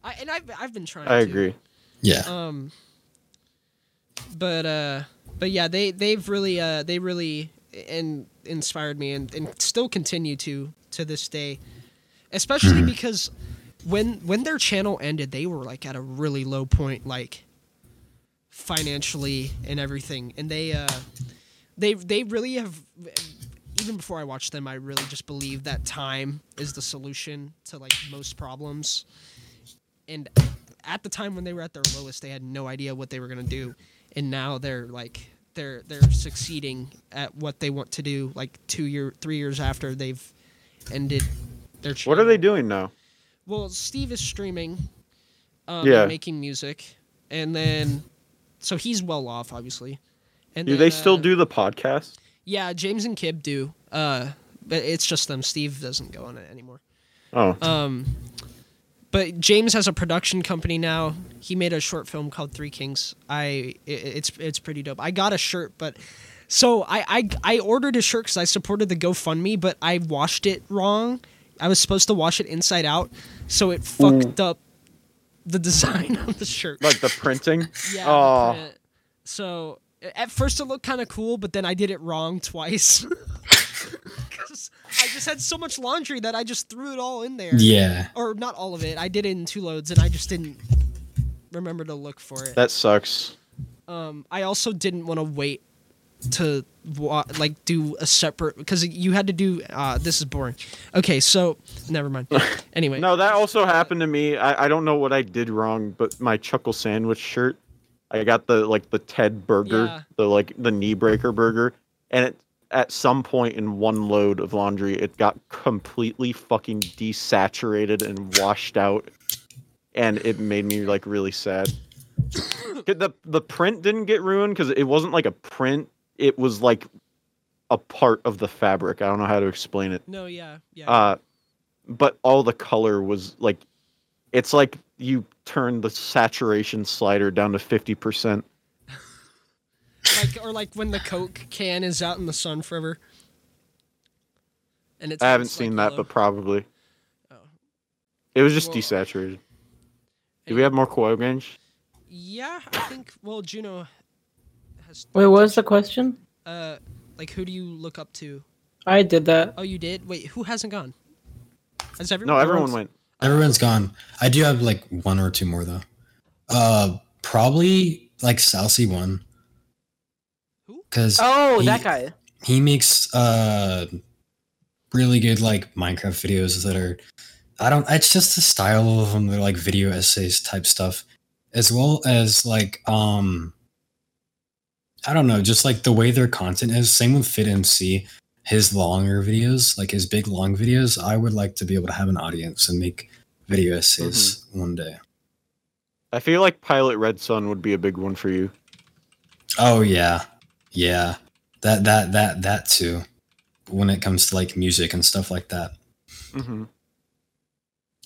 Speaker 2: I, and I've I've been trying to.
Speaker 3: i agree
Speaker 4: Yeah,
Speaker 2: Um. But uh, but yeah, they they've really uh they really in, inspired me and, and still continue to to this day, especially because when when their channel ended, they were like at a really low point, like financially and everything, and they uh they they really have. Even before I watched them, I really just believe that time is the solution to like most problems, and at the time when they were at their lowest, they had no idea what they were gonna do, and now they're like they're they're succeeding at what they want to do. Like two year, three years after they've ended their.
Speaker 3: what are they
Speaker 2: channel.
Speaker 3: doing now
Speaker 2: Well, Steve is streaming, um,
Speaker 3: Yeah.
Speaker 2: and making music, and then so he's well off, obviously. And
Speaker 3: do
Speaker 2: then,
Speaker 3: they still
Speaker 2: uh,
Speaker 3: do the podcast
Speaker 2: Yeah, James and Kib do. Uh, but it's just them. Steve doesn't go on it anymore.
Speaker 3: oh
Speaker 2: Um, but James has a production company now. He made a short film called Three Kings. I i it's it's pretty dope. I got a shirt, but so I I, I ordered a shirt because I supported the GoFundMe, but I washed it wrong. I was supposed to wash it inside out, so it fucked up the design [laughs] of the shirt.
Speaker 3: like the printing
Speaker 2: yeah.
Speaker 3: oh
Speaker 2: the print. So at first it looked kind of cool, but then I did it wrong twice. [laughs] 'Cause I just had so much laundry that I just threw it all in there
Speaker 4: yeah.
Speaker 2: or not all of it. I did it in two loads, and I just didn't remember to look for it.
Speaker 3: that sucks
Speaker 2: Um, I also didn't want to wait to wa- like do a separate because you had to do. Uh, this is boring. Okay, so never
Speaker 3: [laughs]
Speaker 2: mind. Anyway,
Speaker 3: no that also happened to me I, I don't know what i did wrong but my chuckle sandwich shirt i got the like the ted burger
Speaker 2: Yeah.
Speaker 3: the like the knee breaker burger and it at some point in one load of laundry it got completely fucking desaturated and washed out and it made me like really sad. [coughs] the the print didn't get ruined because it wasn't like a print; it was like a part of the fabric. I don't know how to explain it.
Speaker 2: No, yeah, yeah.
Speaker 3: Uh, but all the color was like, it's like you turn the saturation slider down to fifty percent.
Speaker 2: like or like when the Coke can is out in the sun forever. And it's
Speaker 3: I haven't
Speaker 2: it's, like,
Speaker 3: seen that,
Speaker 2: yellow.
Speaker 3: but probably.
Speaker 2: Oh.
Speaker 3: It was just
Speaker 2: Well,
Speaker 3: desaturated. Do we have more Koi Gange?
Speaker 2: Yeah, I think. Well, Juno has.
Speaker 8: Wait, what was the question?
Speaker 2: Uh, like who do you look up to?
Speaker 8: I did that.
Speaker 2: Oh, you did. Wait, who hasn't gone? Has everyone?
Speaker 3: No, everyone
Speaker 2: everyone's-
Speaker 3: went.
Speaker 4: Everyone's gone. I do have like one or two more though. Uh, probably like Salsy one.
Speaker 2: Who?
Speaker 4: Because
Speaker 1: Oh,
Speaker 4: he,
Speaker 1: that guy.
Speaker 4: He makes uh really good like Minecraft videos that are. I don't. It's just the style of them. They're like video essays type stuff, as well as like um. I don't know, just like the way their content is. Same with Fit MC. His longer videos, like his big long videos, I would like to be able to have an audience and make video essays one day.
Speaker 3: I feel like Pilot Red Sun would be a big one for you.
Speaker 4: Oh yeah, yeah. That that that that too. When it comes to like music and stuff like that,
Speaker 2: Mm-hmm.
Speaker 3: hmm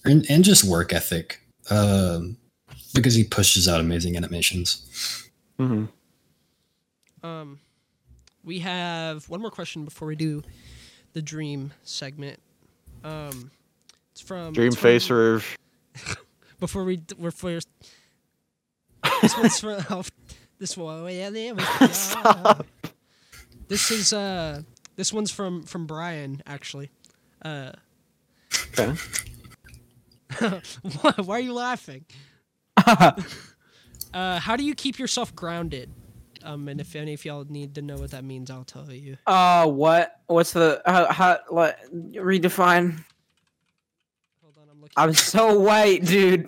Speaker 4: and and just work ethic, um, because he pushes out amazing animations.
Speaker 3: hmm
Speaker 2: Um, we have one more question before we do the dream segment. Um, it's from
Speaker 3: Dream
Speaker 2: it's from-
Speaker 3: Face Rouge.
Speaker 2: Before we d- we're first. [laughs] This one's from oh, this one. oh, yeah, there was the
Speaker 3: [laughs]
Speaker 2: job. This is uh this one's from from Brian actually. [laughs] Uh,
Speaker 3: Okay. [laughs]
Speaker 2: why, why are you laughing? uh, how do you keep yourself grounded? Um, and if any of y'all need to know what that means, I'll tell you.
Speaker 1: Uh, what? What's the how? how what? Redefine.
Speaker 2: Hold on, I'm looking.
Speaker 1: I'm so white, dude.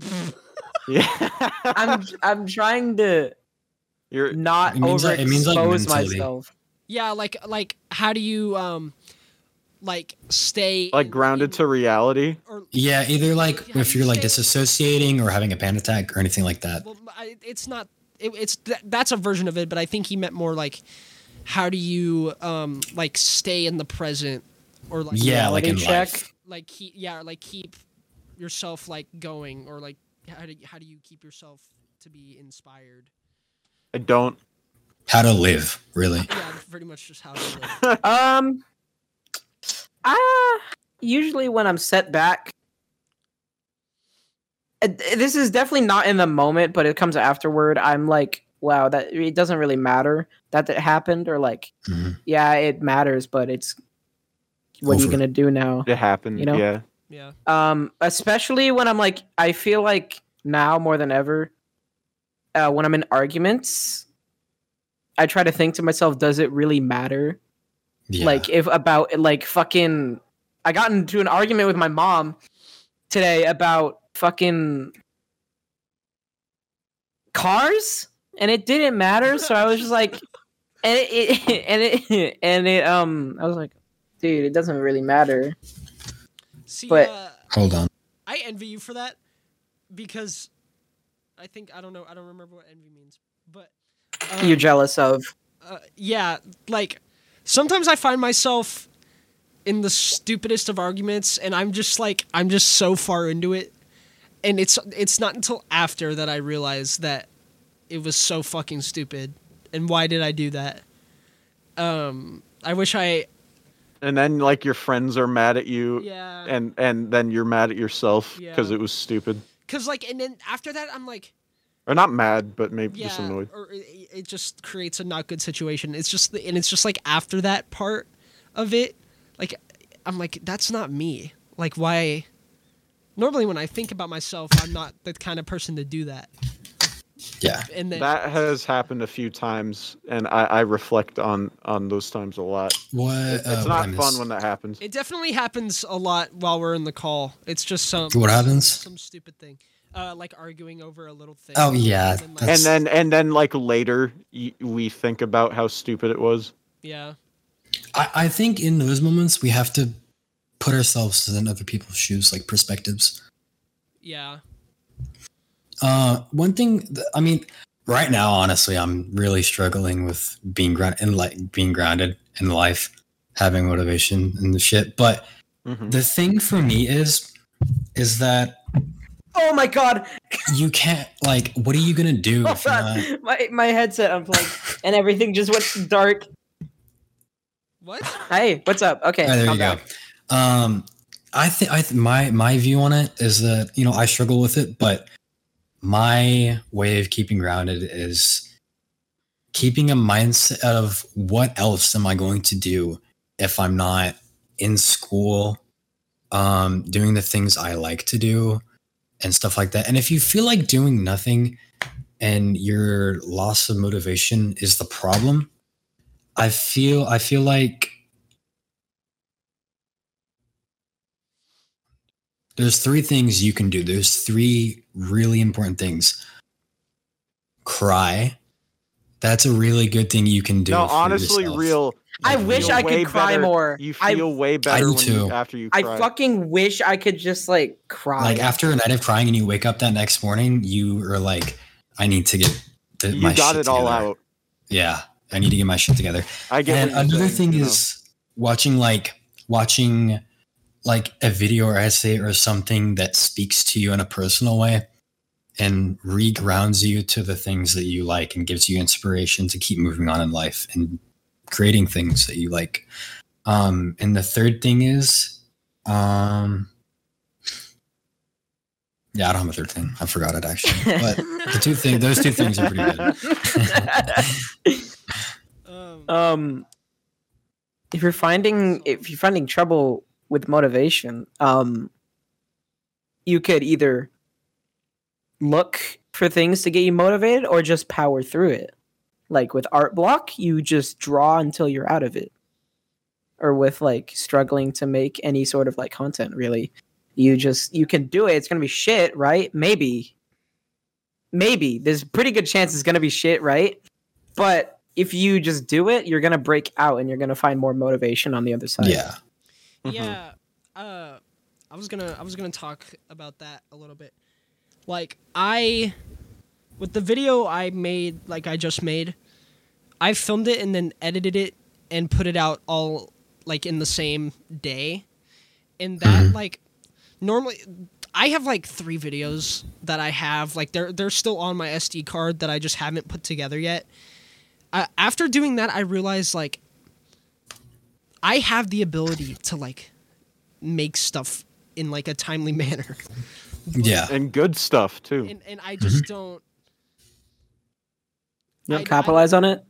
Speaker 1: [laughs]
Speaker 3: Yeah.
Speaker 1: I'm I'm trying to
Speaker 3: You're
Speaker 1: not
Speaker 4: It means like- it means like
Speaker 1: overexpose
Speaker 4: mentally.
Speaker 1: myself.
Speaker 2: yeah, like like how do you um like stay
Speaker 3: like
Speaker 2: in-
Speaker 3: grounded
Speaker 2: in-
Speaker 3: to reality.
Speaker 2: or
Speaker 4: Yeah, either like
Speaker 2: Yeah,
Speaker 4: if you're like
Speaker 2: same.
Speaker 4: disassociating or having a panic attack or anything like that.
Speaker 2: well, I, it's not. It, it's th- that's a version of it, but I think he meant more like how do you um like stay in the present or like
Speaker 4: Yeah, like in
Speaker 1: Reality check.
Speaker 4: life.
Speaker 2: like keep yeah like keep yourself like going or like how do how do you keep yourself to be inspired?
Speaker 3: I don't.
Speaker 4: How to live, really.
Speaker 2: Yeah, that's pretty much just how.
Speaker 3: [laughs]
Speaker 2: To live.
Speaker 1: Um, I usually when I'm set back. uh, This is definitely not in the moment, but it comes afterward. I'm like, wow, that it doesn't really matter that it happened, or like,
Speaker 4: Mhm.
Speaker 1: yeah, it matters, but it's what are you
Speaker 4: Over.
Speaker 1: gonna do now?
Speaker 3: It happened.
Speaker 1: You know?
Speaker 3: Yeah.
Speaker 2: Yeah,
Speaker 1: um especially when i'm like i feel like now more than ever uh when i'm in arguments i try to think to myself does it really matter
Speaker 4: Yeah.
Speaker 1: like if about like fucking i got into an argument with my mom today about fucking cars and it didn't matter so i was just like and it, it [laughs] and it and it um i was like dude it doesn't really matter
Speaker 2: see,
Speaker 1: But-
Speaker 2: uh,
Speaker 4: hold on.
Speaker 2: I envy you for that because I think I don't know I don't remember what envy means, but um,
Speaker 1: you're jealous of
Speaker 2: uh, yeah, like sometimes I find myself in the stupidest of arguments, and I'm just like I'm just so far into it, and it's it's not until after that I realize that it was so fucking stupid, and why did I do that? Um, I wish I
Speaker 3: And then like your friends are mad at you.
Speaker 1: Um,
Speaker 2: yeah.
Speaker 3: And and then you're mad at yourself because
Speaker 2: Yeah.
Speaker 3: it was stupid.
Speaker 2: Cause like, and then after that, I'm like,
Speaker 3: Or not mad, but maybe
Speaker 2: yeah,
Speaker 3: just annoyed.
Speaker 2: or it, it just creates a not good situation. It's just, the, and it's just like after that part of it, like, I'm like, that's not me. Like, why? Normally, when I think about myself, I'm not the kind of person to do that.
Speaker 4: Yeah.
Speaker 2: And then,
Speaker 3: That has happened a few times, and I, I reflect on on those times a lot.
Speaker 4: What?
Speaker 3: It's
Speaker 4: uh, what I
Speaker 3: not
Speaker 4: missed?
Speaker 3: fun when that happens.
Speaker 2: it definitely happens a lot while we're in the call. It's just some
Speaker 4: What happens?
Speaker 2: some stupid thing, uh, like arguing over a little thing.
Speaker 4: Oh, yeah,
Speaker 2: And then, like,
Speaker 3: And
Speaker 4: that's-
Speaker 3: then and then like later y- we think about how stupid it was.
Speaker 2: yeah,
Speaker 4: I, I think in those moments we have to put ourselves in other people's shoes, like perspectives.
Speaker 2: Yeah.
Speaker 4: Uh, one thing, th- I mean, right now, honestly, I'm really struggling with being ground and like being grounded in life, having motivation and the shit. But
Speaker 3: Mhm.
Speaker 4: the thing for me is, is that
Speaker 1: Oh my god!
Speaker 4: you can't like. What are you gonna
Speaker 1: Oh,
Speaker 4: do?
Speaker 8: Hold
Speaker 4: If you're
Speaker 8: on.
Speaker 1: [laughs]
Speaker 4: not,
Speaker 8: My my headset unplugged and everything just went dark.
Speaker 2: What?
Speaker 1: Hey, what's up? Okay,
Speaker 4: Ah, there
Speaker 1: I'm
Speaker 4: you
Speaker 1: back.
Speaker 4: go. Um, I think I th- my my view on it is that you know I struggle with it, but my way of keeping grounded is keeping a mindset of what else am I going to do if I'm not in school, um, doing the things I like to do, and stuff like that. And if you feel like doing nothing, and your loss of motivation is the problem, I feel I feel like there's three things you can do. There's three really important things. Cry. That's a really good thing you can do.
Speaker 3: No,
Speaker 4: for
Speaker 3: honestly,
Speaker 4: yourself.
Speaker 3: real.
Speaker 1: I
Speaker 3: you
Speaker 1: wish
Speaker 3: feel
Speaker 1: I could
Speaker 3: way
Speaker 1: cry
Speaker 3: better-
Speaker 1: more.
Speaker 3: You
Speaker 1: I-
Speaker 3: feel way better
Speaker 4: do
Speaker 3: when you,
Speaker 4: too.
Speaker 3: after you
Speaker 1: I
Speaker 3: cry.
Speaker 1: fucking wish I could just like cry.
Speaker 4: Like
Speaker 1: [laughs]
Speaker 4: after a night of crying and you wake up that next morning, you are like, I need to get the,
Speaker 3: you
Speaker 4: my
Speaker 3: got
Speaker 4: shit
Speaker 3: it all
Speaker 4: together.
Speaker 3: out.
Speaker 4: Yeah, I need to get my shit together.
Speaker 3: I get.
Speaker 4: and
Speaker 3: what you're
Speaker 4: another
Speaker 3: saying,
Speaker 4: thing
Speaker 3: you know?
Speaker 4: is watching like watching like a video or essay or something that speaks to you in a personal way and regrounds you to the things that you like and gives you inspiration to keep moving on in life and creating things that you like um and the third thing is um yeah i don't have a third thing i forgot it actually but the two things those two things are pretty good
Speaker 2: Um,
Speaker 1: um if you're finding if you're finding trouble with motivation um you could either look for things to get you motivated or just power through it like with art block you just draw until you're out of it or with like struggling to make any sort of like content really you just you can do it it's going to be shit right maybe maybe there's a pretty good chance it's going to be shit right but if you just do it you're going to break out and you're going to find more motivation on the other side
Speaker 4: yeah
Speaker 3: Mhm.
Speaker 2: Yeah. Uh, I was gonna I was gonna talk about that a little bit. Like I, with the video I made, like I just made, I filmed it and then edited it and put it out all like in the same day, and that like normally I have like three videos that I have like they're they're still on my SD card that I just haven't put together yet. Uh, after doing that, I realized like I have the ability to like make stuff in like a timely [laughs] manner,
Speaker 4: yeah
Speaker 3: and good stuff too.
Speaker 2: and and I just don't.
Speaker 1: you
Speaker 2: I- I-
Speaker 1: don't capitalize on it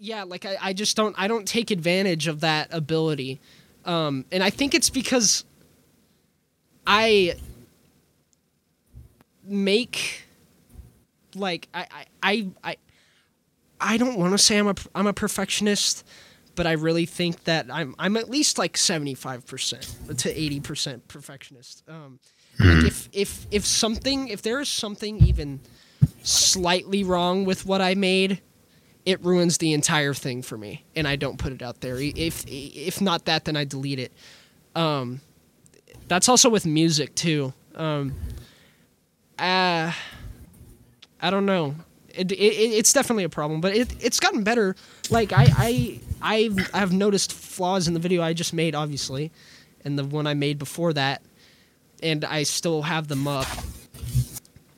Speaker 2: yeah like I, I just don't i don't take advantage of that ability um and i think it's because i make like i i i i, I don't want to say i'm a i'm a perfectionist but i really think that i'm i'm at least like 75% to 80% perfectionist um like if if if something if there is something even slightly wrong with what i made it ruins the entire thing for me and i don't put it out there if if not that then i delete it um that's also with music too um uh i don't know it, it, it's definitely a problem but it, it's gotten better like i i I've, I've noticed flaws in the video i just made obviously and the one i made before that and i still have them up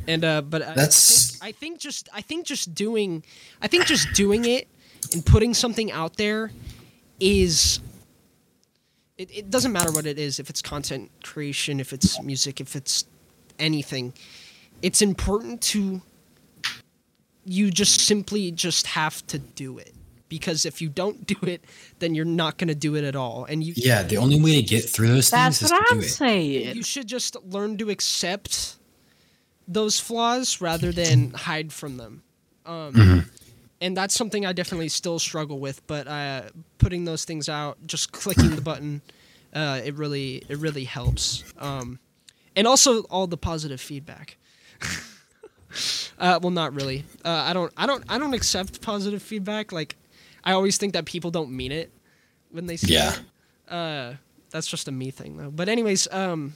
Speaker 2: and uh but I-
Speaker 4: That's-
Speaker 2: I think just I think just doing I think just doing it and putting something out there is it, it doesn't matter what it is if it's content creation if it's music if it's anything it's important to you just simply just have to do it because if you don't do it then you're not going to do it at all and you
Speaker 4: Yeah, the only way to get through those things
Speaker 8: That's
Speaker 4: is
Speaker 8: what
Speaker 4: to do
Speaker 8: I'm
Speaker 4: it.
Speaker 8: saying.
Speaker 2: you should just learn to accept those flaws rather than hide from them. Um, And that's something I definitely still struggle with. But uh, putting those things out, just clicking the button, uh, it really it really helps. Um, and also all the positive feedback. [laughs] uh, well, not really. Uh, I don't I don't I don't accept positive feedback. Like I always think that people don't mean it when they say
Speaker 4: Yeah.
Speaker 2: it. Uh, that's just a me thing though. But anyways, um,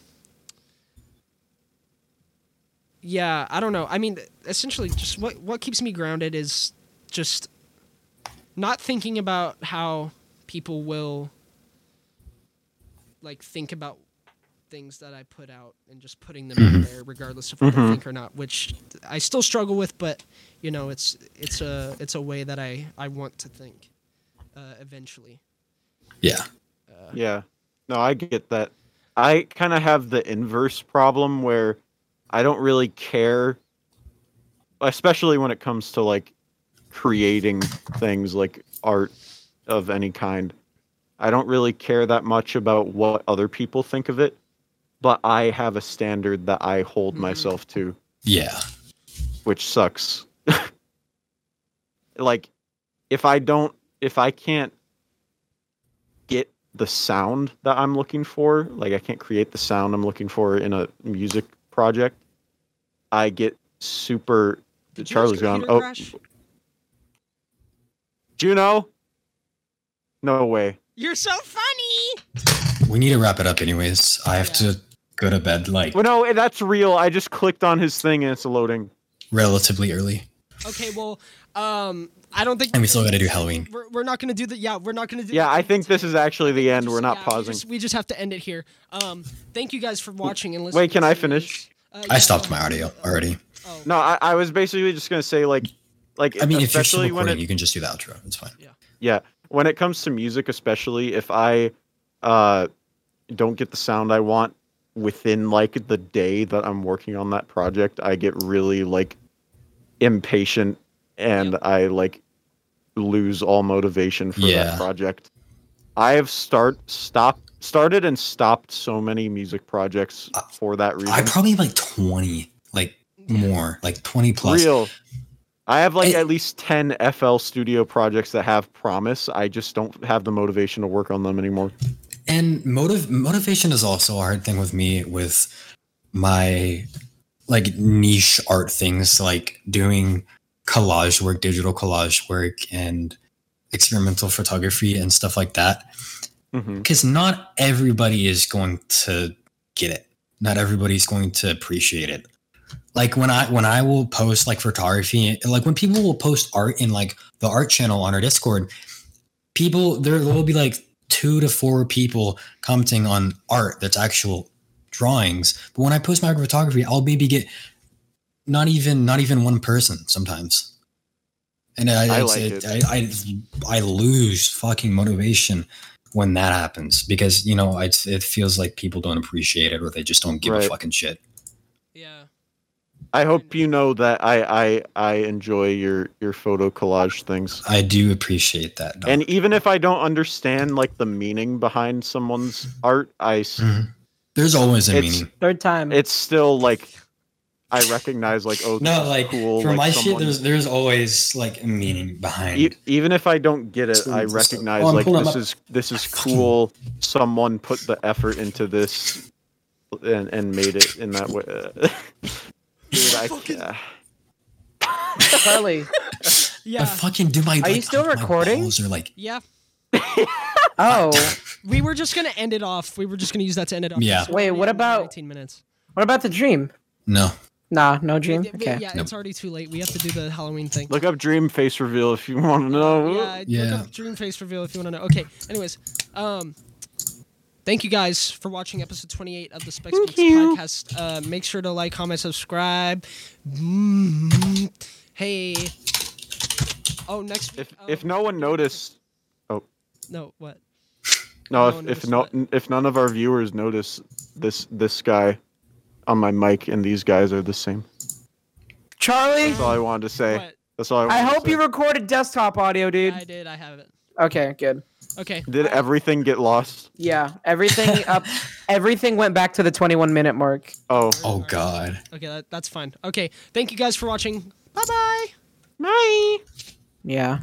Speaker 2: yeah, I don't know. I mean, essentially, just what what keeps me grounded is just not thinking about how people will like think about things that I put out and just putting them
Speaker 4: Mm-hmm.
Speaker 2: out there, regardless of what I think or not. Which I still struggle with, but you know, it's it's a it's a way that I I want to think uh, eventually.
Speaker 4: Yeah.
Speaker 3: Yeah. No, I get that. I kind of have the inverse problem where I don't really care, especially when it comes to like creating things like art of any kind. I don't really care that much about what other people think of it, but I have a standard that I hold myself to
Speaker 4: Yeah.
Speaker 3: which sucks. [laughs] like if I don't if I can't get the sound that I'm looking for, like I can't create the sound I'm looking for in a music project, I get super
Speaker 2: Did yours
Speaker 3: Charlie's gone.
Speaker 2: computer
Speaker 3: Oh,
Speaker 2: crash?
Speaker 3: Juno? No way.
Speaker 2: You're so funny.
Speaker 4: We need to wrap it up, anyways. I have to go to bed like
Speaker 3: Well, no, that's real. I just clicked on his thing and it's loading.
Speaker 4: relatively early,
Speaker 2: Okay, well, um, I don't think
Speaker 4: and we still got to do Halloween.
Speaker 2: we're, we're not gonna do that. Yeah, we're not gonna do.
Speaker 3: Yeah,
Speaker 2: that.
Speaker 3: I think this is actually the end.
Speaker 2: Just-
Speaker 3: We're not
Speaker 2: yeah, We
Speaker 3: pausing.
Speaker 2: just, we just have to end it here. Um, thank you guys for watching and listening.
Speaker 3: Wait, can I
Speaker 2: to
Speaker 3: finish?
Speaker 2: this. Uh,
Speaker 4: I
Speaker 2: yeah,
Speaker 4: stopped
Speaker 2: um,
Speaker 4: my audio already.
Speaker 2: Oh,
Speaker 3: No, I, I was basically just gonna say like like
Speaker 4: I mean, if you're still
Speaker 3: especially when
Speaker 4: recording,
Speaker 3: it
Speaker 4: you can just do the outro. It's fine.
Speaker 3: Yeah, when it comes to music, especially if I uh, don't get the sound I want within like the day that I'm working on that project, I get really like impatient and I like lose all motivation for
Speaker 4: Yeah.
Speaker 3: that project. I have start stop started and stopped so many music projects for that
Speaker 4: I
Speaker 3: reason.
Speaker 4: probably have, like twenty, like more, like twenty plus.
Speaker 3: Real. I have like
Speaker 4: I-
Speaker 3: at least 10 FL studio projects that have promise. I just don't have the motivation to work on them anymore.
Speaker 4: And motive motivation is also a hard thing with me with my like niche art things like doing collage work, digital collage work and experimental photography and stuff like that.
Speaker 3: Mhm.
Speaker 4: Cuz not everybody is going to get it. Not everybody's going to appreciate it. Like when I when I will post like photography, like when people will post art in like the art channel on our Discord, people there will be like two to four people commenting on art that's actual drawings. But when I post my photography, I'll maybe get not even not even one person sometimes. And I
Speaker 3: I
Speaker 4: I,
Speaker 3: like it.
Speaker 4: it- I, I I lose fucking motivation when that happens because you know it's, it feels like people don't appreciate it or they just don't give a
Speaker 3: Right.
Speaker 4: fucking shit.
Speaker 2: yeah.
Speaker 3: I hope you know that I I, I enjoy your your photo collage things.
Speaker 4: I do appreciate that. Dom.
Speaker 3: And even if I don't understand like the meaning behind someone's art, I s-
Speaker 4: Mhm. there's always a
Speaker 3: it's-
Speaker 4: meaning.
Speaker 1: Third time.
Speaker 3: it's still like I recognize like oh this
Speaker 4: No,
Speaker 3: is
Speaker 4: like
Speaker 3: cool
Speaker 4: for
Speaker 3: like,
Speaker 4: my shit,
Speaker 3: someone-
Speaker 4: there's there's always like a meaning behind.
Speaker 3: E- even if I don't get it,
Speaker 4: So
Speaker 3: I
Speaker 4: it's just-
Speaker 3: recognize
Speaker 4: oh, I'm
Speaker 3: like
Speaker 4: pulling
Speaker 3: this
Speaker 4: up-
Speaker 3: is this is
Speaker 4: Fucking-
Speaker 3: cool. Someone put the effort into this and and made it in that way. [laughs] Dude, I, uh, yeah.
Speaker 4: [laughs]
Speaker 1: Charlie.
Speaker 4: I
Speaker 2: Yeah.
Speaker 4: fucking do my.
Speaker 1: Are you still
Speaker 4: my
Speaker 1: recording?
Speaker 4: balls Are like
Speaker 2: Yeah.
Speaker 1: Oh,
Speaker 2: We were just gonna end it off. We were just gonna use that to end it off.
Speaker 4: Yeah.
Speaker 2: It's
Speaker 1: Wait,
Speaker 2: already
Speaker 1: what
Speaker 2: an hour and
Speaker 1: about-
Speaker 2: 19 minutes?
Speaker 1: what about the dream?
Speaker 4: no.
Speaker 1: Nah, no dream.
Speaker 2: We- we-
Speaker 1: Okay.
Speaker 2: Yeah,
Speaker 4: Nope.
Speaker 2: it's already too late. We have to do the Halloween thing.
Speaker 3: Look up dream face reveal if you want to know.
Speaker 2: yeah,
Speaker 4: Yeah.
Speaker 2: look up Dream Face reveal if you want to know. Okay, anyways, um, thank you guys for watching episode 28 of the Specs Beats podcast. Uh, make sure to like, comment, subscribe. Mm, Hey. Oh, next week.
Speaker 3: If
Speaker 2: oh,
Speaker 3: if no one noticed,
Speaker 2: no, what?
Speaker 3: No,
Speaker 2: No one
Speaker 3: if if, no,
Speaker 2: noticed
Speaker 3: if none of our viewers notice this this guy on my mic and these guys are the same.
Speaker 1: Charlie,
Speaker 3: That's all I wanted to say.
Speaker 2: What?
Speaker 3: That's all I. Wanted
Speaker 1: I
Speaker 3: to
Speaker 1: hope
Speaker 3: say.
Speaker 1: you recorded desktop audio, dude.
Speaker 2: I did. I have it.
Speaker 1: Okay, good.
Speaker 2: Okay.
Speaker 3: did everything get lost.
Speaker 1: Yeah, everything up. Everything went back to the 21 minute mark.
Speaker 3: Oh,
Speaker 4: Oh god.
Speaker 2: Okay, that, that's fine. Okay, thank you guys for watching. Bye bye.
Speaker 1: Yeah.